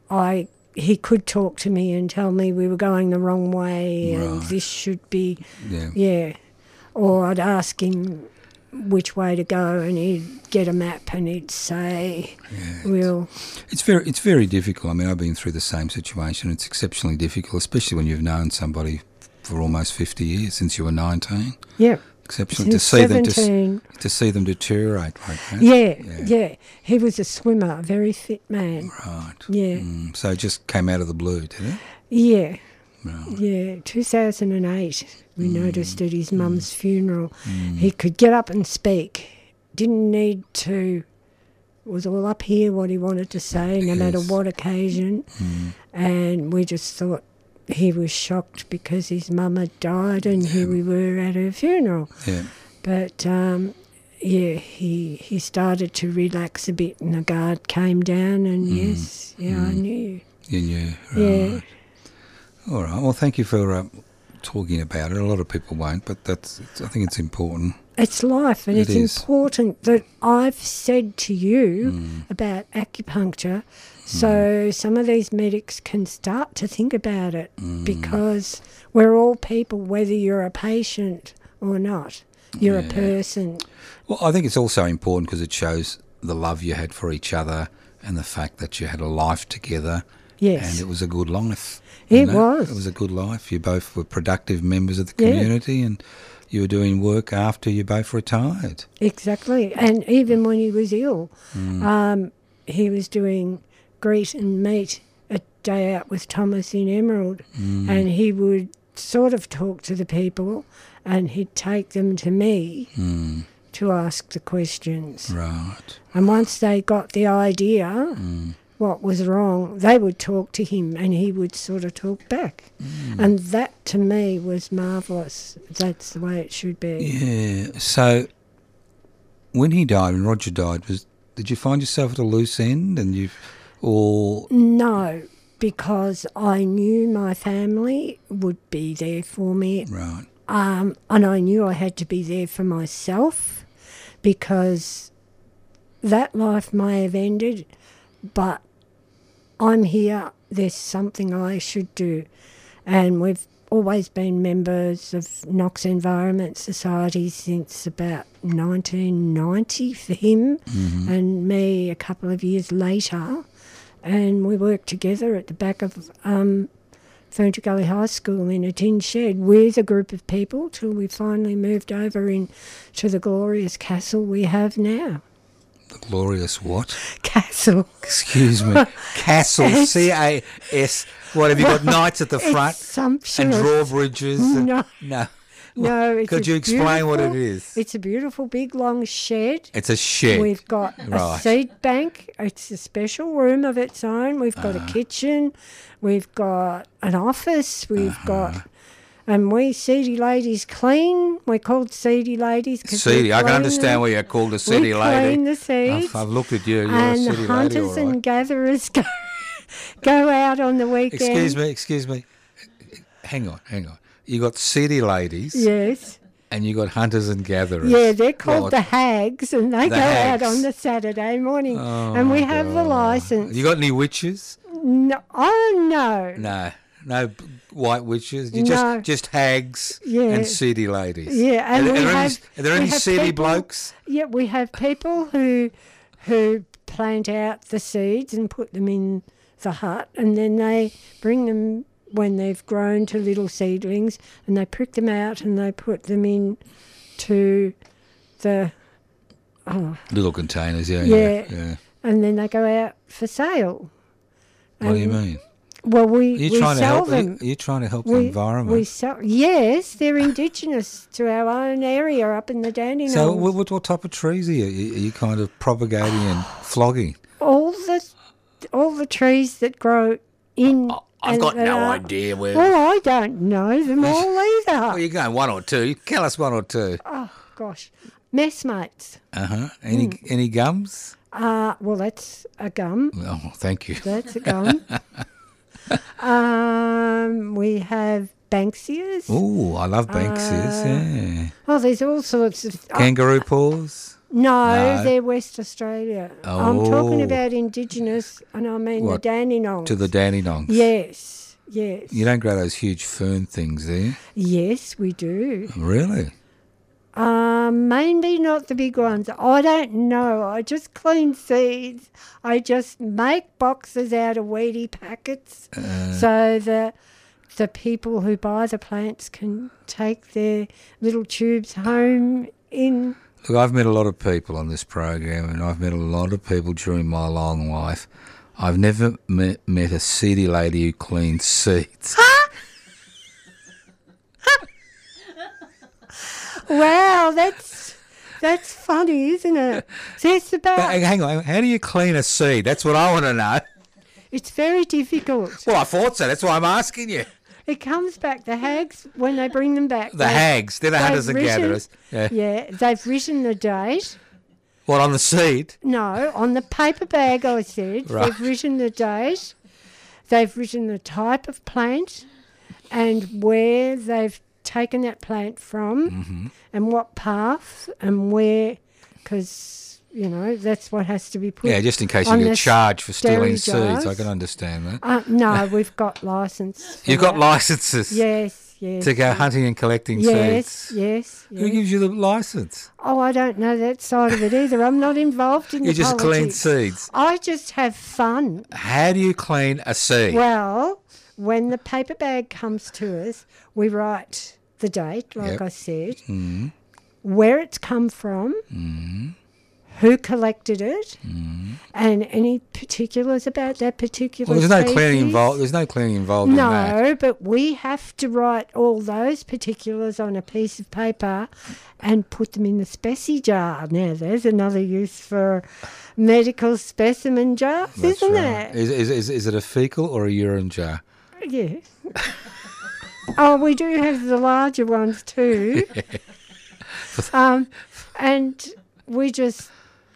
Speaker 7: I he could talk to me and tell me we were going the wrong way and
Speaker 5: Right.
Speaker 7: this should be
Speaker 5: Yeah.
Speaker 7: Yeah. Or I'd ask him which way to go and he'd get a map and he'd say, we'll,
Speaker 5: It's very, it's very difficult. I mean, I've been through the same situation. It's exceptionally difficult, especially when you've known somebody for almost fifty years since you were nineteen.
Speaker 7: yeah.
Speaker 5: Exceptionally to
Speaker 7: Since
Speaker 5: see them to,
Speaker 7: 17.
Speaker 5: s- to see them deteriorate like that.
Speaker 7: Yeah, yeah, He was a swimmer, a very fit man.
Speaker 5: Right.
Speaker 7: Yeah,
Speaker 5: Mm, so it just came out of the blue, did it?
Speaker 7: yeah, yeah. 2008,
Speaker 5: Mm.
Speaker 7: we noticed at his mum's funeral, he could get up and speak. Didn't need to, it was all up here what he wanted to say, no matter
Speaker 5: Yes. Mm.
Speaker 7: what occasion. And we just thought he was shocked because his mum had died and here we were at her funeral.
Speaker 5: Yeah.
Speaker 7: But um, yeah, he he started to relax a bit, and the guard came down, and yes, yeah, I knew.
Speaker 5: You knew.
Speaker 7: Yeah,
Speaker 5: Mm. Right. All right. Well, thank you for uh, talking about it. A lot of people won't, but that's. It's, I think it's important.
Speaker 7: it's life, and
Speaker 5: It
Speaker 7: it's
Speaker 5: is. Mm.
Speaker 7: important that I've said to you about acupuncture, so some of these medics can start to think about it
Speaker 5: Mm.
Speaker 7: because we're all people, whether you're a patient or not. You're a person.
Speaker 5: Well, I think it's also important because it shows the love you had for each other and the fact that you had a life together.
Speaker 7: Yes.
Speaker 5: And it was a good life.
Speaker 7: It was.
Speaker 5: It was a good life. You both were productive members of the
Speaker 7: Yeah.
Speaker 5: community, and you were doing work after you both retired.
Speaker 7: Exactly. And even when he was ill, um, he was doing greet and meet a day out with Thomas in Emerald. And he would sort of talk to the people and he'd take them to me to ask the questions.
Speaker 5: Right.
Speaker 7: And once they got the idea, what was wrong, they would talk to him and he would sort of talk back. And that to me was marvellous. That's the way it should be.
Speaker 5: Yeah. So when he died, when Roger died, was did you find yourself at a loose end and you've or
Speaker 7: No, because I knew my family would be there for me
Speaker 5: right.
Speaker 7: um, and I knew I had to be there for myself because that life may have ended, but I'm here. There's something I should do, and we've always been members of Knox Environment Society since about 1990 for him and me a couple of years later, and we worked together at the back of um, Furniture Gully High School in a tin shed with a group of people till we finally moved over in to the glorious castle we have now.
Speaker 5: The glorious what?
Speaker 7: Castle.
Speaker 5: Excuse me. Castle
Speaker 7: It's-
Speaker 5: C A S. What have you got? Knights at the
Speaker 7: (laughs) It's
Speaker 5: front and
Speaker 7: sumptuous.
Speaker 5: drawbridges. and-
Speaker 7: No.
Speaker 5: no.
Speaker 7: (laughs) no, it's
Speaker 5: Could
Speaker 7: a
Speaker 5: you explain what it
Speaker 7: beautiful-
Speaker 5: is?
Speaker 7: It's a beautiful big long shed.
Speaker 5: It's a shed.
Speaker 7: We've got
Speaker 5: Right.
Speaker 7: a seed bank. It's a special room of its own. We've got
Speaker 5: Uh-huh.
Speaker 7: a kitchen. We've got an office. We've
Speaker 5: Uh-huh.
Speaker 7: got. And we seedy ladies clean. We're called seedy ladies. 'cause we
Speaker 5: City. I can
Speaker 7: clean
Speaker 5: understand
Speaker 7: them.
Speaker 5: why you're called a city lady.
Speaker 7: clean the seeds
Speaker 5: I've, I've looked at you. You're a
Speaker 7: and
Speaker 5: city lady, all
Speaker 7: hunters
Speaker 5: right.
Speaker 7: and gatherers go, (laughs) go out on the weekend.
Speaker 5: Excuse me, excuse me. Hang on, hang on. You got city ladies
Speaker 7: Yes.
Speaker 5: and you got hunters and gatherers.
Speaker 7: Yeah, they're called
Speaker 5: Right.
Speaker 7: the hags and they
Speaker 5: The
Speaker 7: go
Speaker 5: hags. Oh,
Speaker 7: out on the Saturday morning. and we have the license.
Speaker 5: You got any witches?
Speaker 7: no, oh, no.
Speaker 5: No, no b- white witches. You just
Speaker 7: No.
Speaker 5: just hags
Speaker 7: Yeah.
Speaker 5: and city ladies.
Speaker 7: Yeah, and
Speaker 5: are,
Speaker 7: we
Speaker 5: there
Speaker 7: have-
Speaker 5: any, are there
Speaker 7: we
Speaker 5: any
Speaker 7: have
Speaker 5: city
Speaker 7: people-
Speaker 5: blokes?
Speaker 7: Yeah, we have people who who plant out the seeds and put them in the hut, and then they bring them when they've grown to little seedlings, and they prick them out and they put them in to the
Speaker 5: Little containers, yeah, yeah,
Speaker 7: Yeah.
Speaker 5: yeah.
Speaker 7: and then they go out for sale.
Speaker 5: What do you mean?
Speaker 7: Well, we
Speaker 5: Are you
Speaker 7: we
Speaker 5: trying to
Speaker 7: sell
Speaker 5: help? Are
Speaker 7: them.
Speaker 5: you, are you trying to help the
Speaker 7: we,
Speaker 5: environment?
Speaker 7: We sell. Yes, they're indigenous to our own area up in the Dandenong.
Speaker 5: so, what, what, what type of trees are you, are you kind of propagating and flogging?
Speaker 7: all the all the trees that grow in. and that are-
Speaker 5: where.
Speaker 7: Well, I don't know them all
Speaker 5: Well,
Speaker 7: either.
Speaker 5: you're going one or two. You tell us one or two.
Speaker 7: Oh gosh, messmates.
Speaker 5: Uh huh. Any
Speaker 7: Mm.
Speaker 5: any gums?
Speaker 7: Uh, well, that's a gum.
Speaker 5: Oh, thank you.
Speaker 7: That's a
Speaker 5: (laughs)
Speaker 7: gum. um, we have Banksias.
Speaker 5: Oh, I love
Speaker 7: Uh,
Speaker 5: Banksias. yeah.
Speaker 7: Oh, there's all sorts of. oh,
Speaker 5: Kangaroo paws.
Speaker 7: No,
Speaker 5: No.
Speaker 7: they're West Australia. I'm talking
Speaker 5: Oh.
Speaker 7: about Indigenous, and I mean
Speaker 5: What?
Speaker 7: the Dandenong.
Speaker 5: to the Dandenongs.
Speaker 7: Yes, yes,
Speaker 5: You don't grow those huge fern things there,
Speaker 7: yes, we do.
Speaker 5: really?
Speaker 7: Um, maybe not the big ones. I don't know. I just clean seeds. I just make boxes out of weedy packets, so that the people who buy the plants can take their little tubes home in.
Speaker 5: Look, I've met a lot of people on this program, and I've met a lot of people during my long life. I've never met, met a seedy lady who cleans seeds.
Speaker 7: Wow, that's that's funny, isn't it? That's about.
Speaker 5: Hang hang on, how do you clean a seed? That's what I want to know.
Speaker 7: It's very difficult.
Speaker 5: Well, I thought so. That's why I'm asking you.
Speaker 7: It comes back. The hags, when they bring them back,
Speaker 5: The hags, they're the hunters and gatherers. Yeah.
Speaker 7: Yeah. they've written the date.
Speaker 5: What on the seed?
Speaker 7: No, on the paper bag I said
Speaker 5: Right.
Speaker 7: they've written the date. They've written the type of plant, and where they've taken that plant from,
Speaker 5: Mm-hmm.
Speaker 7: and what path, and where, because you know that's what has to be put.
Speaker 5: Yeah, just in case you
Speaker 7: on
Speaker 5: get
Speaker 7: the
Speaker 5: charged for stealing
Speaker 7: dairy
Speaker 5: seeds, I
Speaker 7: jars.
Speaker 5: can understand that.
Speaker 7: Uh, no, we've got
Speaker 5: (laughs)
Speaker 7: license. for
Speaker 5: You've got
Speaker 7: that.
Speaker 5: licenses
Speaker 7: Yes, yes.
Speaker 5: to go hunting and collecting
Speaker 7: Yes,
Speaker 5: seeds.
Speaker 7: yes, yes.
Speaker 5: Who gives you the license?
Speaker 7: Oh, I don't know that side of it either. I'm not involved in
Speaker 5: (laughs) You
Speaker 7: the
Speaker 5: just clean
Speaker 7: politics.
Speaker 5: seeds.
Speaker 7: I just have fun.
Speaker 5: How do you clean a seed?
Speaker 7: Well, when the paper bag comes to us, we write the date, like
Speaker 5: Yep. Mm.
Speaker 7: I said, where it's come from, who collected it, and any particulars about that particular.
Speaker 5: Well, there's no clearing
Speaker 7: species.
Speaker 5: involved. There's no clearing involved in that.
Speaker 7: No, but we have to write all those particulars on a piece of paper and put them in the specie jar. Now, there's another use for medical specimen jars,
Speaker 5: That's
Speaker 7: isn't
Speaker 5: right.
Speaker 7: it?
Speaker 5: Is, is, is, is it a fecal or a urine jar?
Speaker 7: Yeah. oh, we do have the larger ones
Speaker 5: (laughs)
Speaker 7: too. um, and we just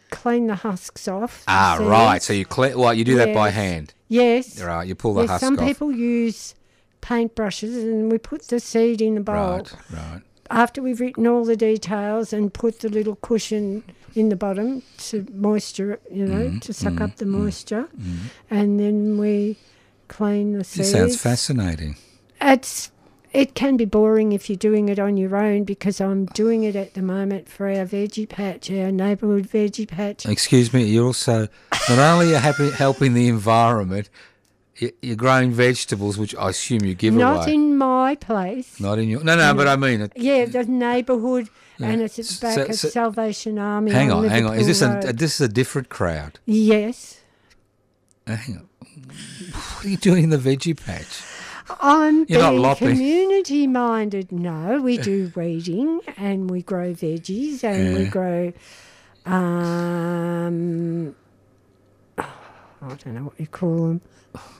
Speaker 7: clean the husks off. you
Speaker 5: Ah,
Speaker 7: see.
Speaker 5: right. So you clear. Well, you do that by
Speaker 7: Yes.
Speaker 5: hand.
Speaker 7: Yes.
Speaker 5: Right. You pull the
Speaker 7: Yes,
Speaker 5: husk
Speaker 7: some
Speaker 5: off.
Speaker 7: people use paintbrushes and we put the seed in the bowl.
Speaker 5: right. Right.
Speaker 7: after we've written all the details and put the little cushion in the bottom to moisture, you know,
Speaker 5: Mm-hmm.
Speaker 7: to suck up the moisture, and then we clean the
Speaker 5: It
Speaker 7: seeds.
Speaker 5: sounds fascinating.
Speaker 7: It's it can be boring if you're doing it on your own because I'm doing it at the moment for our veggie patch, our neighbourhood veggie
Speaker 5: Uh,
Speaker 7: patch.
Speaker 5: Excuse me. You're also not only are you happy, helping the environment, you- you're growing vegetables, which I assume you give
Speaker 7: Not
Speaker 5: away.
Speaker 7: in my place.
Speaker 5: not in your. No, no. But I mean, it,
Speaker 7: Yeah, the neighbourhood, and it's
Speaker 5: Mm. S-
Speaker 7: at back
Speaker 5: so-
Speaker 7: of
Speaker 5: so-
Speaker 7: Salvation Army.
Speaker 5: hang on, hang on.
Speaker 7: Liverpool
Speaker 5: Is this a,
Speaker 7: Road.
Speaker 5: this is a different crowd?
Speaker 7: yes.
Speaker 5: Uh, Hang on. What are you doing in the veggie patch?
Speaker 7: I'm
Speaker 5: You're not
Speaker 7: being
Speaker 5: lopping.
Speaker 7: community minded. No, we do (laughs) weeding and we grow veggies and we
Speaker 5: Yeah.
Speaker 7: grow. Um, oh, I don't know what you call them.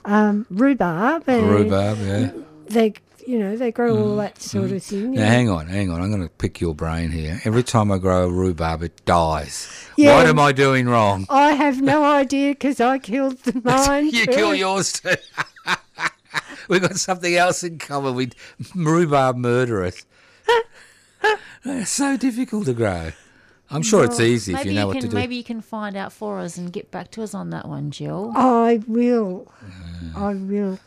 Speaker 7: Um, rhubarb and
Speaker 5: Rhubarb. Yeah.
Speaker 7: they, you know, they grow all that sort of thing.
Speaker 5: Now, hang on, hang on. I'm going to pick your brain here. Every time I grow a rhubarb, it dies.
Speaker 7: Yeah.
Speaker 5: What am I doing wrong?
Speaker 7: I have
Speaker 5: (laughs)
Speaker 7: no idea because I killed the mine.
Speaker 5: you
Speaker 7: too.
Speaker 5: kill yours too. (laughs) We've got something else in common. We rhubarb murderers. They're so difficult to grow. I'm sure it's easy if
Speaker 6: maybe
Speaker 5: you know what
Speaker 6: can,
Speaker 5: to do.
Speaker 6: Maybe you can find out for us and get back to us on that one, Jill.
Speaker 7: I will. I will.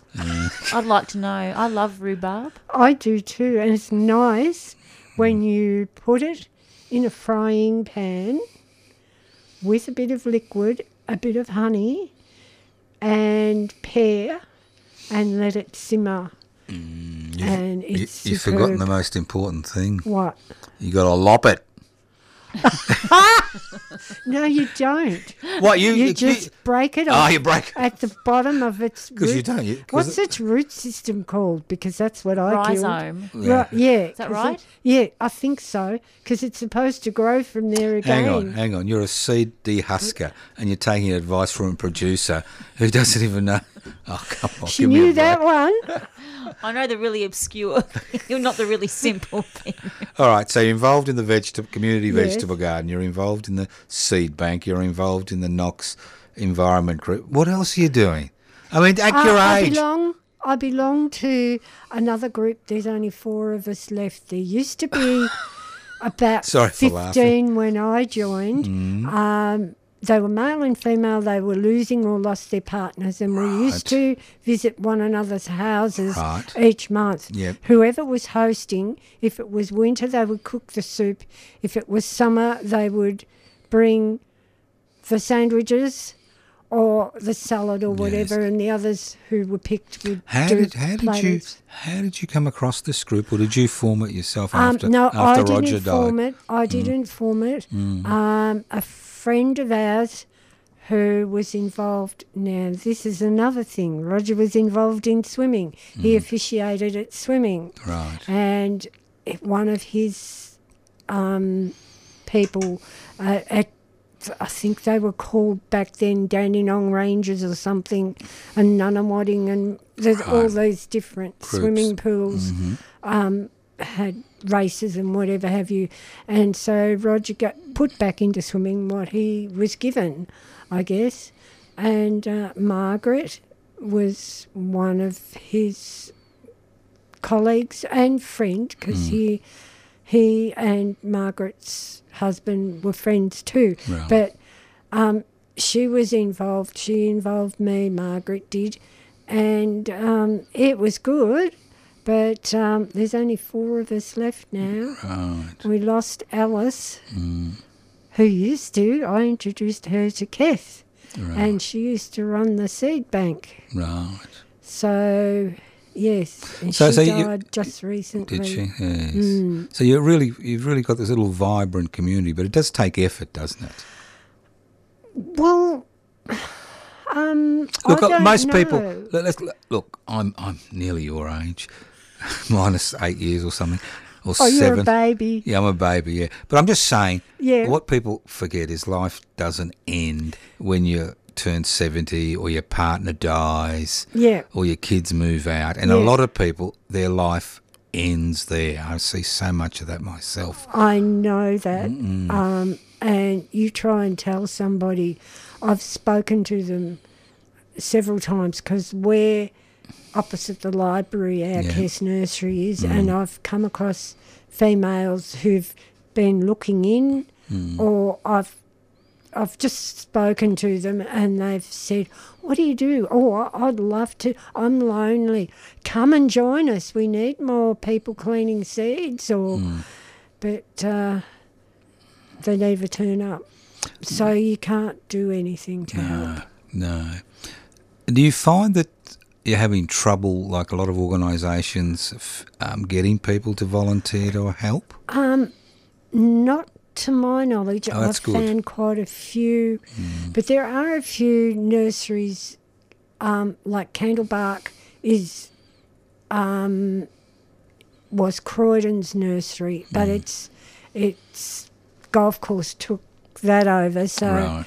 Speaker 6: I'd like to know. I love rhubarb.
Speaker 7: I do too, and it's nice
Speaker 5: Hmm.
Speaker 7: when you put it in a frying pan with a bit of liquid, a bit of honey, and pear, and let it simmer. and
Speaker 5: Mm, You, have
Speaker 7: it's
Speaker 5: forgotten the
Speaker 7: superb.
Speaker 5: most important thing.
Speaker 7: What?
Speaker 5: You got to lop it.
Speaker 7: No, you don't.
Speaker 5: What you?
Speaker 7: You just break it
Speaker 5: oh,
Speaker 7: off
Speaker 5: you break.
Speaker 7: at the bottom of its.
Speaker 5: 'Cause you
Speaker 7: root-
Speaker 5: don't, you- 'cause
Speaker 7: What's
Speaker 5: it-
Speaker 7: its root system called? Because that's what I killed.
Speaker 6: Rhizome.
Speaker 7: Right, yeah. Is
Speaker 6: that right?
Speaker 7: yeah, I think so. Because it's supposed to grow from there again.
Speaker 5: Hang on, hang on. You're a seed dehusker, and you're taking advice from a producer who doesn't even know. Oh, come on.
Speaker 7: She
Speaker 5: give me a
Speaker 7: knew
Speaker 5: break.
Speaker 7: that one.
Speaker 6: I know the really obscure, (laughs) not the really simple thing.
Speaker 5: All right, so you're involved in the vegetable community
Speaker 7: Yes.
Speaker 5: vegetable garden. You're involved in the seed bank. You're involved in the Knox Environment Group. What else are you doing? I mean, at your
Speaker 7: Ah, I, I
Speaker 5: age,
Speaker 7: belong. I belong to another group. There's only four of us left. There used to
Speaker 5: (laughs)
Speaker 7: be about
Speaker 5: Sorry for laughing. Mm.
Speaker 7: fifteen when I joined. Um, they were male and female. They were losing or lost their partners, and we used to visit one another's houses
Speaker 5: Right.
Speaker 7: each month.
Speaker 5: Yep.
Speaker 7: Whoever was hosting, if it was winter, they would cook the soup. If it was summer, they would bring the sandwiches or the salad or whatever, and the others who were picked would
Speaker 5: how
Speaker 7: do
Speaker 5: did how did you
Speaker 7: platters.
Speaker 5: how did you come across this group, or did you form it yourself
Speaker 7: Um,
Speaker 5: after
Speaker 7: no, I
Speaker 5: after
Speaker 7: didn't
Speaker 5: Roger
Speaker 7: form
Speaker 5: died? Mm.
Speaker 7: it. I didn't form it. Um, a friend of ours who was involved. Now, this is another thing. Roger was involved in swimming.
Speaker 5: Mm.
Speaker 7: He officiated at swimming,
Speaker 5: Right.
Speaker 7: and it- one of his um, people uh, at I think they were called back then Dandenong Rangers or something, and Nunawading, and there's all these different swimming
Speaker 5: Mm-hmm.
Speaker 7: pools um, had races and whatever have you. And so Roger got put back into swimming what he was given, I guess. And uh, Margaret was one of his colleagues and friend because he he and Margaret's husband were friends too.
Speaker 5: Right.
Speaker 7: But um, she was involved. She involved me. Margaret did, and um, it was good. But um, there's only four of us left now.
Speaker 5: Right. Mm.
Speaker 7: We lost Alice, who used to. I introduced her to Kath, and she used to run the seed bank.
Speaker 5: Right.
Speaker 7: So, yes, and
Speaker 5: So-
Speaker 7: she
Speaker 5: so you-
Speaker 7: died just recently.
Speaker 5: Did she? Yes.
Speaker 7: Mm.
Speaker 5: So you really you've really got this little vibrant community, but it does take effort, doesn't it?
Speaker 7: Well, (sighs) um,
Speaker 5: Look,
Speaker 7: I
Speaker 5: uh,
Speaker 7: don't
Speaker 5: most
Speaker 7: know.
Speaker 5: people. Let, let's, let- look, I'm I'm nearly your age, (laughs) minus eight years or something, or
Speaker 7: Oh,
Speaker 5: seven.
Speaker 7: you you're a baby.
Speaker 5: Yeah, I'm a baby. Yeah, but I'm just saying.
Speaker 7: Yeah.
Speaker 5: What people forget is life doesn't end when you turn seventy, or your partner dies,
Speaker 7: Yeah.
Speaker 5: or your kids move out, and a
Speaker 7: Yeah.
Speaker 5: lot of people their life ends there. I see so much of that myself.
Speaker 7: I know that. Um, and you try and tell somebody, I've spoken to them several times because we're opposite the library, our
Speaker 5: Yeah.
Speaker 7: KESS nursery is, and I've come across females who've been looking in, or I've I've just spoken to them and they've said, What do you do? Oh, I- I'd love to. I'm lonely. Come and join us. We need more people cleaning seeds, or, but uh, they never turn up. So
Speaker 5: Mm.
Speaker 7: you can't do anything to help.
Speaker 5: No. Do you find that you're having trouble, like a lot of organisations, f- um, getting people to volunteer or help?
Speaker 7: Um, Not to my knowledge.
Speaker 5: Oh, that's
Speaker 7: I've
Speaker 5: good. Mm.
Speaker 7: found quite a few, but there are a few nurseries, um, like Candlebark is, um, was Croydon's nursery, but
Speaker 5: Mm.
Speaker 7: it's, it's golf course took that over, so
Speaker 5: Right.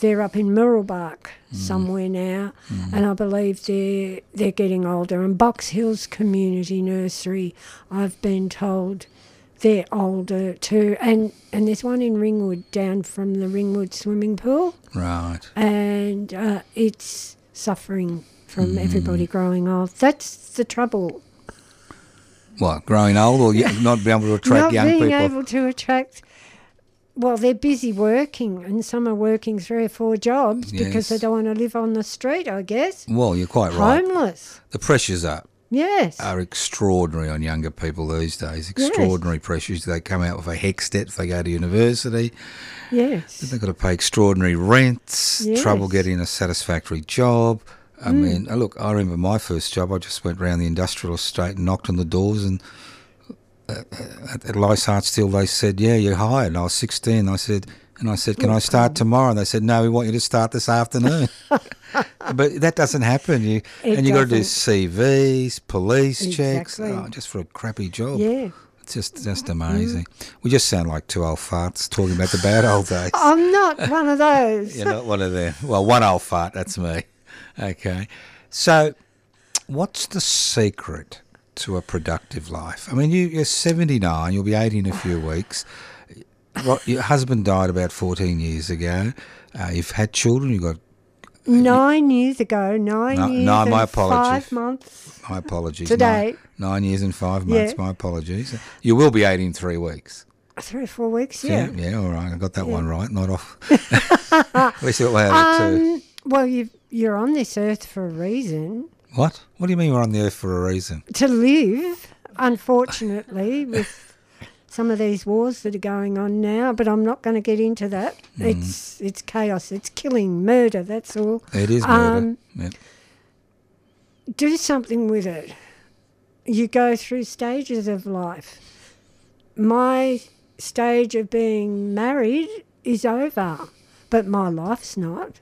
Speaker 7: they're up in Murrelbark
Speaker 5: Mm.
Speaker 7: somewhere now, and I believe they're they're getting older. And Box Hills Community Nursery, I've been told, they're older too. And and there's one in Ringwood down from the Ringwood swimming pool,
Speaker 5: Right.
Speaker 7: and uh, it's suffering from
Speaker 5: Mm.
Speaker 7: everybody growing old. That's the trouble.
Speaker 5: What, growing old or y- not being able
Speaker 7: (laughs)
Speaker 5: to attract
Speaker 7: Not
Speaker 5: young
Speaker 7: being
Speaker 5: people?
Speaker 7: able to attract. Well, they're busy working, and some are working three or four jobs because they
Speaker 5: Yes.
Speaker 7: don't want to live on the street. I guess.
Speaker 5: Well, you're quite right. Uh,
Speaker 7: Homeless.
Speaker 5: The pressures are,
Speaker 7: Yes.
Speaker 5: are extraordinary on younger people these days. Extraordinary pressures. They come out with a hex debt if they go to university.
Speaker 7: yes.
Speaker 5: They've got to pay extraordinary rents, trouble
Speaker 7: Yes. Mm.
Speaker 5: getting a satisfactory job. I mean, oh, look, I remember my first job. I just went round the industrial estate and knocked on the doors, and uh, at, at Lysart Steel, they said, Yeah, you're hired. And I was 16. I said, and I said,
Speaker 7: Oh,
Speaker 5: Can I start tomorrow? And they said, No, we want you to start
Speaker 7: (laughs)
Speaker 5: this afternoon. but that doesn't happen. You
Speaker 7: It
Speaker 5: And you've got to do
Speaker 7: doesn't.
Speaker 5: CVs, police checks,
Speaker 7: Exactly.
Speaker 5: oh, just for a crappy job.
Speaker 7: Yeah.
Speaker 5: (laughs)
Speaker 7: Mm-hmm.
Speaker 5: It's just, just amazing. We just sound like two old farts talking about the bad
Speaker 7: (laughs)
Speaker 5: old days.
Speaker 7: I'm not one of those.
Speaker 5: (laughs) You're not one of them. Well, one old fart, that's me. Okay. So, what's the secret to a productive life? I mean, you, you're 79, you'll be 80 in a few weeks. Ro- Your husband died about 14 years ago. Uh, you've had children, you've got,
Speaker 7: Nine years ago, nine
Speaker 5: No-
Speaker 7: years
Speaker 5: no,
Speaker 7: and
Speaker 5: my apologies.
Speaker 7: five months.
Speaker 5: my apologies.
Speaker 7: Today.
Speaker 5: Nine, nine years and five months,
Speaker 7: Yeah.
Speaker 5: my apologies. You will be 80 in three weeks.
Speaker 7: Three or four weeks, yeah.
Speaker 5: Yeah, all right. I got that one right,
Speaker 7: (laughs)
Speaker 5: not off. (laughs) we still had it too.
Speaker 7: Um, well, you you're on this earth for a reason.
Speaker 5: What? What do you mean we're on the earth for a reason?
Speaker 7: To live,
Speaker 5: (laughs)
Speaker 7: unfortunately, with some of these wars that are going on now, but I'm not going to get into that.
Speaker 5: Mm.
Speaker 7: It's it's chaos. It's killing, murder, that's all.
Speaker 5: It is murder.
Speaker 7: Um,
Speaker 5: Yep.
Speaker 7: do something with it. You go through stages of life. My stage of being married is over, but my life's not.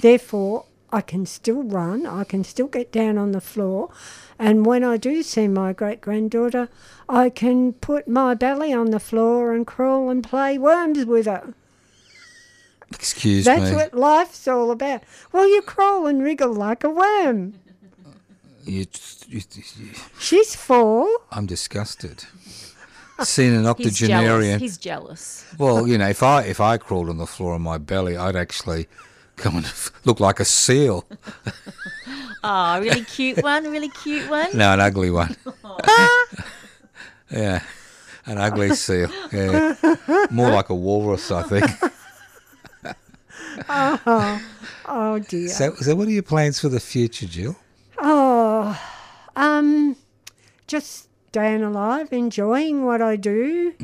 Speaker 7: Therefore, I can still run, I can still get down on the floor, and when I do see my great granddaughter, I can put my belly on the floor and crawl and play worms with her.
Speaker 5: Excuse
Speaker 7: That's
Speaker 5: me.
Speaker 7: what life's all about. Well, you crawl and wriggle like a worm.
Speaker 5: You, you, you-
Speaker 7: She's four.
Speaker 5: I'm disgusted. Seeing
Speaker 6: He's jealous.
Speaker 7: (laughs)
Speaker 5: an octogenarian.
Speaker 6: He's jealous.
Speaker 5: well, you know, if I if I crawled on the floor on my belly, I'd actually kind of (laughs) look like a seal.
Speaker 6: Oh, really cute one, really cute
Speaker 5: (laughs)
Speaker 6: one.
Speaker 5: No, an
Speaker 7: (laughs)
Speaker 5: ugly one. yeah, an ugly seal. Yeah, more like a walrus,
Speaker 7: (laughs)
Speaker 5: I think.
Speaker 7: Oh, dear.
Speaker 5: So, so what are your plans for the future, Jill?
Speaker 7: Oh, um, just staying alive, enjoying what I do.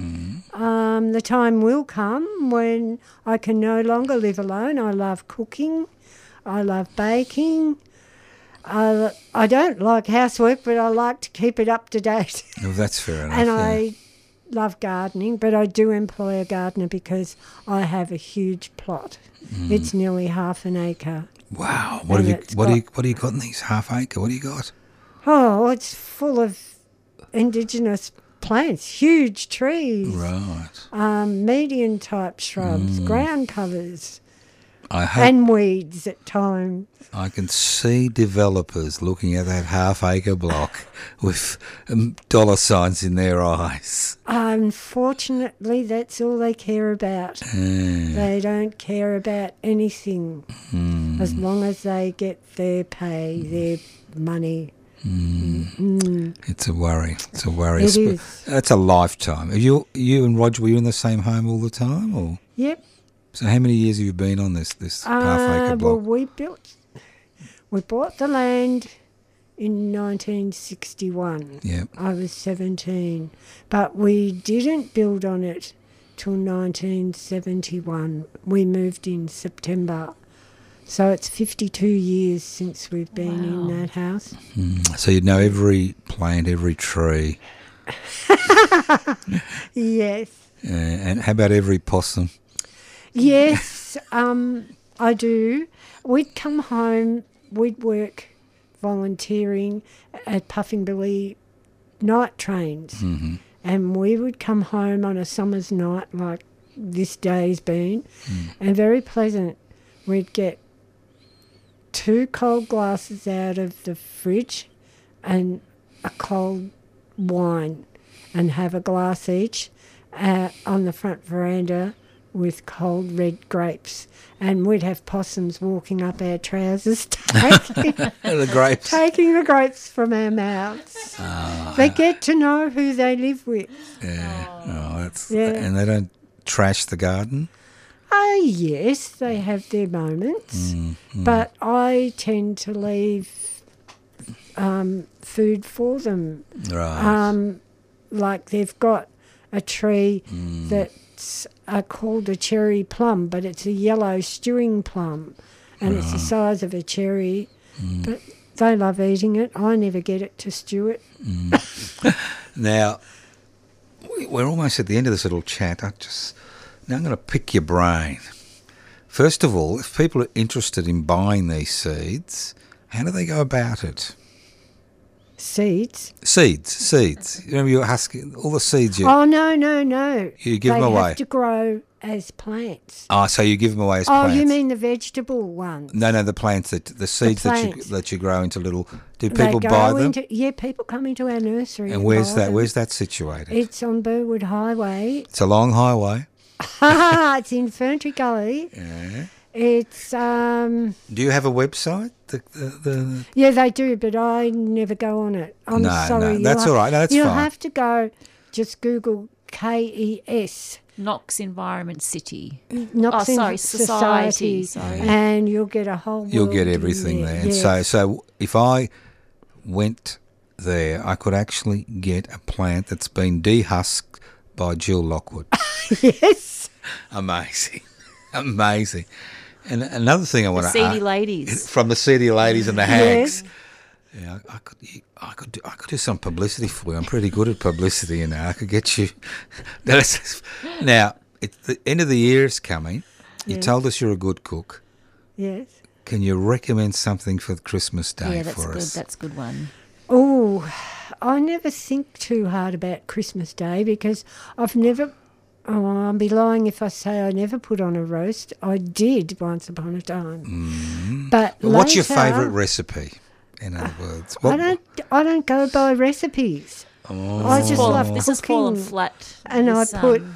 Speaker 7: Um, the time will come when I can no longer live alone. I love cooking. I love baking. I, l- I don't like housework, but I like to keep it up to date. (laughs)
Speaker 5: Oh, that's fair enough.
Speaker 7: and
Speaker 5: yeah.
Speaker 7: I love gardening, but I do employ a gardener because I have a huge plot. It's nearly half an acre.
Speaker 5: Wow. What
Speaker 7: And
Speaker 5: have
Speaker 7: it's
Speaker 5: you? What do
Speaker 7: got-
Speaker 5: you? What do you got in these half acre? What do you got?
Speaker 7: Oh, it's full of indigenous plants, huge trees,
Speaker 5: Right. Mm.
Speaker 7: um, median type shrubs, ground covers,
Speaker 5: I hope
Speaker 7: and weeds at times.
Speaker 5: I can see developers looking at that half acre block (laughs) with um, dollar signs in their eyes.
Speaker 7: Unfortunately, that's all they care about.
Speaker 5: Eh,
Speaker 7: They don't care about anything
Speaker 5: Mm.
Speaker 7: as long as they get their pay, their money.
Speaker 5: It's a worry. It's a worry.
Speaker 7: It
Speaker 5: It's
Speaker 7: is.
Speaker 5: That's a lifetime. Are you you and Roger were you in the same home all the time, or
Speaker 7: Yep.
Speaker 5: so? How many years have you been on this this half
Speaker 7: Uh,
Speaker 5: acre
Speaker 7: well,
Speaker 5: block?
Speaker 7: we built, we bought the land in 1961.
Speaker 5: Yep.
Speaker 7: I was 17, but we didn't build on it till 1971. We moved in September. So it's 52 years since we've been in that house.
Speaker 5: So you'd know every plant, every tree,
Speaker 7: Yes.
Speaker 5: uh, and how about every possum?
Speaker 7: Yes, um, I do. We'd come home, we'd work volunteering at Puffing Billy night trains.
Speaker 5: Mm-hmm. (laughs)
Speaker 7: And we would come home on a summer's night like this day's been, and very pleasant. We'd get two cold glasses out of the fridge and a cold wine and have a glass each uh, on the front veranda with cold red grapes. And we'd have possums walking up our trousers (laughs) taking,
Speaker 5: the
Speaker 7: (laughs)
Speaker 5: grapes.
Speaker 7: taking the grapes from our mouths. They get to know who they live with.
Speaker 5: Yeah. Oh, that's,
Speaker 7: Yeah.
Speaker 5: And they don't trash the garden.
Speaker 7: Oh, yes, they have their moments,
Speaker 5: Mm-hmm.
Speaker 7: but I tend to leave um, food for them.
Speaker 5: Right.
Speaker 7: Um, like they've got a tree
Speaker 5: Mm.
Speaker 7: that's uh, called a cherry plum, but it's a yellow stewing plum, and it's the
Speaker 5: Ah.
Speaker 7: size of a cherry.
Speaker 5: Mm.
Speaker 7: But they love eating it. I never get it to stew it.
Speaker 5: Now, we- we're almost at the end of this little chat. I just now I'm going to pick your brain. First of all, if people are interested in buying these seeds, how do they go about it?
Speaker 7: Seeds.
Speaker 5: Seeds, seeds. You Remember, you were asking all the seeds you.
Speaker 7: Oh no, no, no!
Speaker 5: You give
Speaker 7: they
Speaker 5: 'em away.
Speaker 7: Have to grow as plants.
Speaker 5: Ah, so you give them away as
Speaker 7: Oh,
Speaker 5: plants.
Speaker 7: you mean the vegetable one?
Speaker 5: No, no, the plants that the seeds that you
Speaker 7: plants.
Speaker 5: that you grow into little. Do
Speaker 7: They
Speaker 5: people
Speaker 7: go
Speaker 5: buy them?
Speaker 7: Into, yeah, people come into our nursery.
Speaker 5: and where's
Speaker 7: buy
Speaker 5: that?
Speaker 7: them.
Speaker 5: Where's that situated?
Speaker 7: It's on Burwood Highway. (laughs)
Speaker 5: it's a long highway.
Speaker 7: it's in Ferntree Gully. It's um
Speaker 5: Do you have a website? The, the, the,
Speaker 7: yeah they do, but I never go on it. I'm
Speaker 5: No, no,
Speaker 7: sorry. you'll
Speaker 5: that's
Speaker 7: have-
Speaker 5: all right. No, that's
Speaker 7: You'll
Speaker 5: fine.
Speaker 7: have to go. Just Google K E S
Speaker 6: Knox Environment City.
Speaker 7: Knox
Speaker 6: oh,
Speaker 7: in
Speaker 6: sorry, society.
Speaker 7: Society,
Speaker 6: Sorry.
Speaker 7: and you'll get a whole.
Speaker 5: You'll
Speaker 7: world
Speaker 5: get
Speaker 7: in
Speaker 5: everything there. And
Speaker 7: Yes.
Speaker 5: so, so if I went there, I could actually get a plant that's been dehusked by
Speaker 6: (laughs)
Speaker 5: Jill Lockwood.
Speaker 7: yes. (laughs)
Speaker 5: Amazing, (laughs) amazing. And another thing I want to
Speaker 6: Seedy ladies.
Speaker 5: (laughs) from the seedy ladies and the hags. Yeah, I, I could, I could, do, I could do some publicity for you. I'm pretty good at publicity, you know. I could get you. (laughs) That's- now, it, the end of the year is coming. You told us you're a good cook.
Speaker 7: Yes.
Speaker 5: Can you recommend something for Christmas Day
Speaker 6: Yeah, that's
Speaker 5: for
Speaker 6: good.
Speaker 5: us?
Speaker 6: That's a good one.
Speaker 7: Oh, I never think too hard about Christmas Day because I've never. Oh, I'll be lying if I say I never put on a roast. I did once upon a time. But
Speaker 5: Mm-hmm. Well, What's your
Speaker 7: later, Uh,
Speaker 5: favourite recipe? In other words,
Speaker 7: I don't. I don't go by recipes.
Speaker 5: Oh.
Speaker 7: I just
Speaker 6: Fallen-
Speaker 7: love
Speaker 6: this
Speaker 7: cooking,
Speaker 6: is fallen flat.
Speaker 7: and I
Speaker 6: This,
Speaker 7: put.
Speaker 6: um,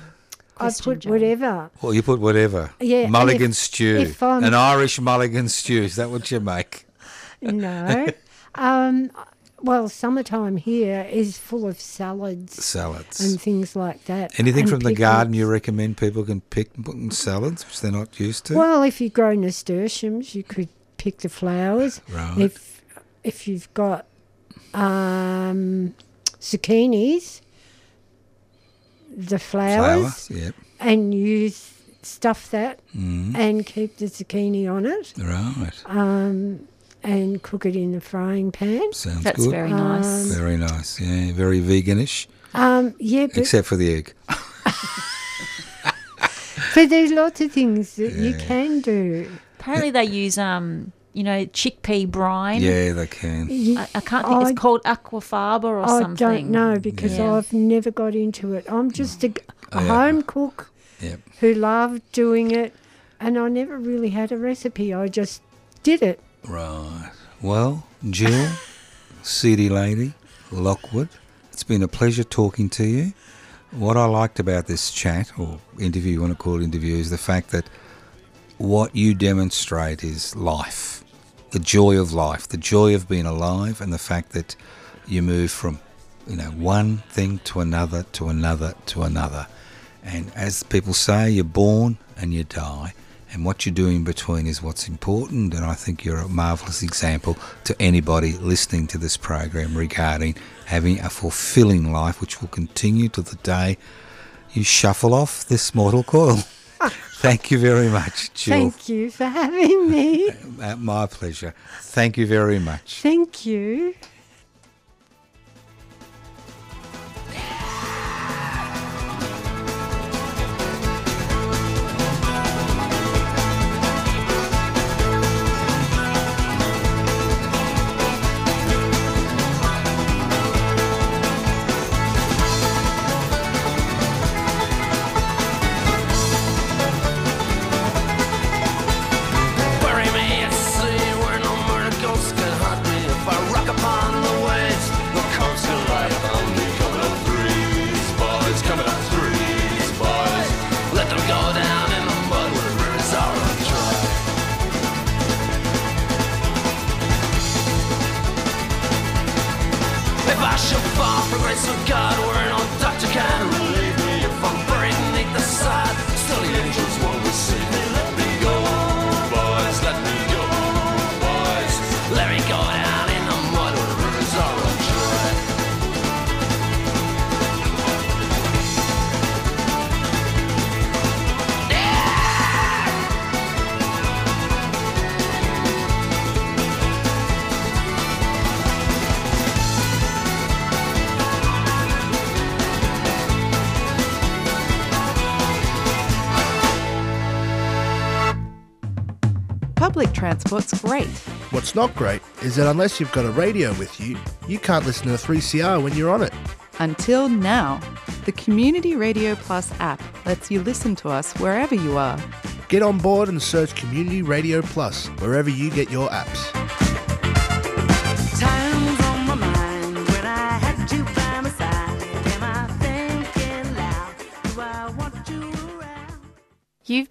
Speaker 7: I
Speaker 6: Christian
Speaker 7: put
Speaker 6: Jane.
Speaker 5: (laughs)
Speaker 7: whatever.
Speaker 5: well, you put whatever.
Speaker 7: Yeah, and
Speaker 5: mulligan
Speaker 7: if-
Speaker 5: stew.
Speaker 7: if I'm-
Speaker 5: An Irish mulligan stew. Is that what you make?
Speaker 7: No. um, well, summertime here is full of salads
Speaker 5: Salads.
Speaker 7: and things like that.
Speaker 5: Anything
Speaker 7: and
Speaker 5: from the
Speaker 7: pickles.
Speaker 5: garden you recommend people can pick and put in salads, which they're not used to?
Speaker 7: Well, if you grow nasturtiums, you could pick the flowers.
Speaker 5: Right.
Speaker 7: If if you've got um, zucchinis, the flowers,
Speaker 5: Flowers. Yep. Mm.
Speaker 7: and you s- stuff that
Speaker 5: Hmm.
Speaker 7: and keep the zucchini on it um,
Speaker 5: Right.
Speaker 7: and cook it in the frying pan.
Speaker 5: Sounds
Speaker 6: That's
Speaker 5: good.
Speaker 6: very nice.
Speaker 5: Very nice. Yeah, very veganish.
Speaker 7: Um, yeah, but,
Speaker 5: except for the egg.
Speaker 7: but there's lots of things that you can do.
Speaker 6: Apparently, they use um, you know, chickpea brine.
Speaker 5: Yeah, they can.
Speaker 7: You-
Speaker 6: I, I can't think
Speaker 7: I-
Speaker 6: it's called aquafaba or
Speaker 7: I
Speaker 6: something.
Speaker 7: don't know because
Speaker 6: Yeah.
Speaker 7: I've never got into it. I'm just a, g- a
Speaker 5: Oh, Yeah.
Speaker 7: home cook
Speaker 5: Yep.
Speaker 7: who loved doing it, and I never really had a recipe. I just did it.
Speaker 5: Right. Well, Jill, City Lady, Lockwood, it's been a pleasure talking to you. What I liked about this chat or interview, you want to call it interview, is the fact that what you demonstrate is life, the joy of life, the joy of being alive, and the fact that you move from you know one thing to another to another to another. And as people say, you're born and you die. And what you do in between is what's important. And I think you're a marvellous example to anybody listening to this program regarding having a fulfilling life, which will continue to the day you shuffle off this mortal coil. (laughs) Thank you very much, Jill.
Speaker 7: Thank you for having
Speaker 5: (laughs)
Speaker 7: me.
Speaker 5: Uh, my pleasure. Thank you very much.
Speaker 7: Thank you.
Speaker 8: Bury me at sea where no murder ghosts can haunt me. If I rock upon the waves, they'll come to life on me. Coming up threes, boys, coming up threes, boys. Let them go down in the mud where rivers are dry. If I should fall for grace of God, where no doctor can relieve me. If I'm buried beneath the sod, still the angels won't receive me. Let me go, boys, let me go, boys. Let me go down in the mud where the rivers are dry.
Speaker 3: Public transport's great.
Speaker 2: What's not great is that unless you've got a radio with you, you can't listen to 3CR when you're on it.
Speaker 3: Until now, the Community Radio Plus app lets you listen to us wherever you are.
Speaker 2: Get on board and search Community Radio Plus wherever you get your apps.
Speaker 9: Times on my mind when I had you by my side. Am I thinking loud? Do I want you around?
Speaker 1: You've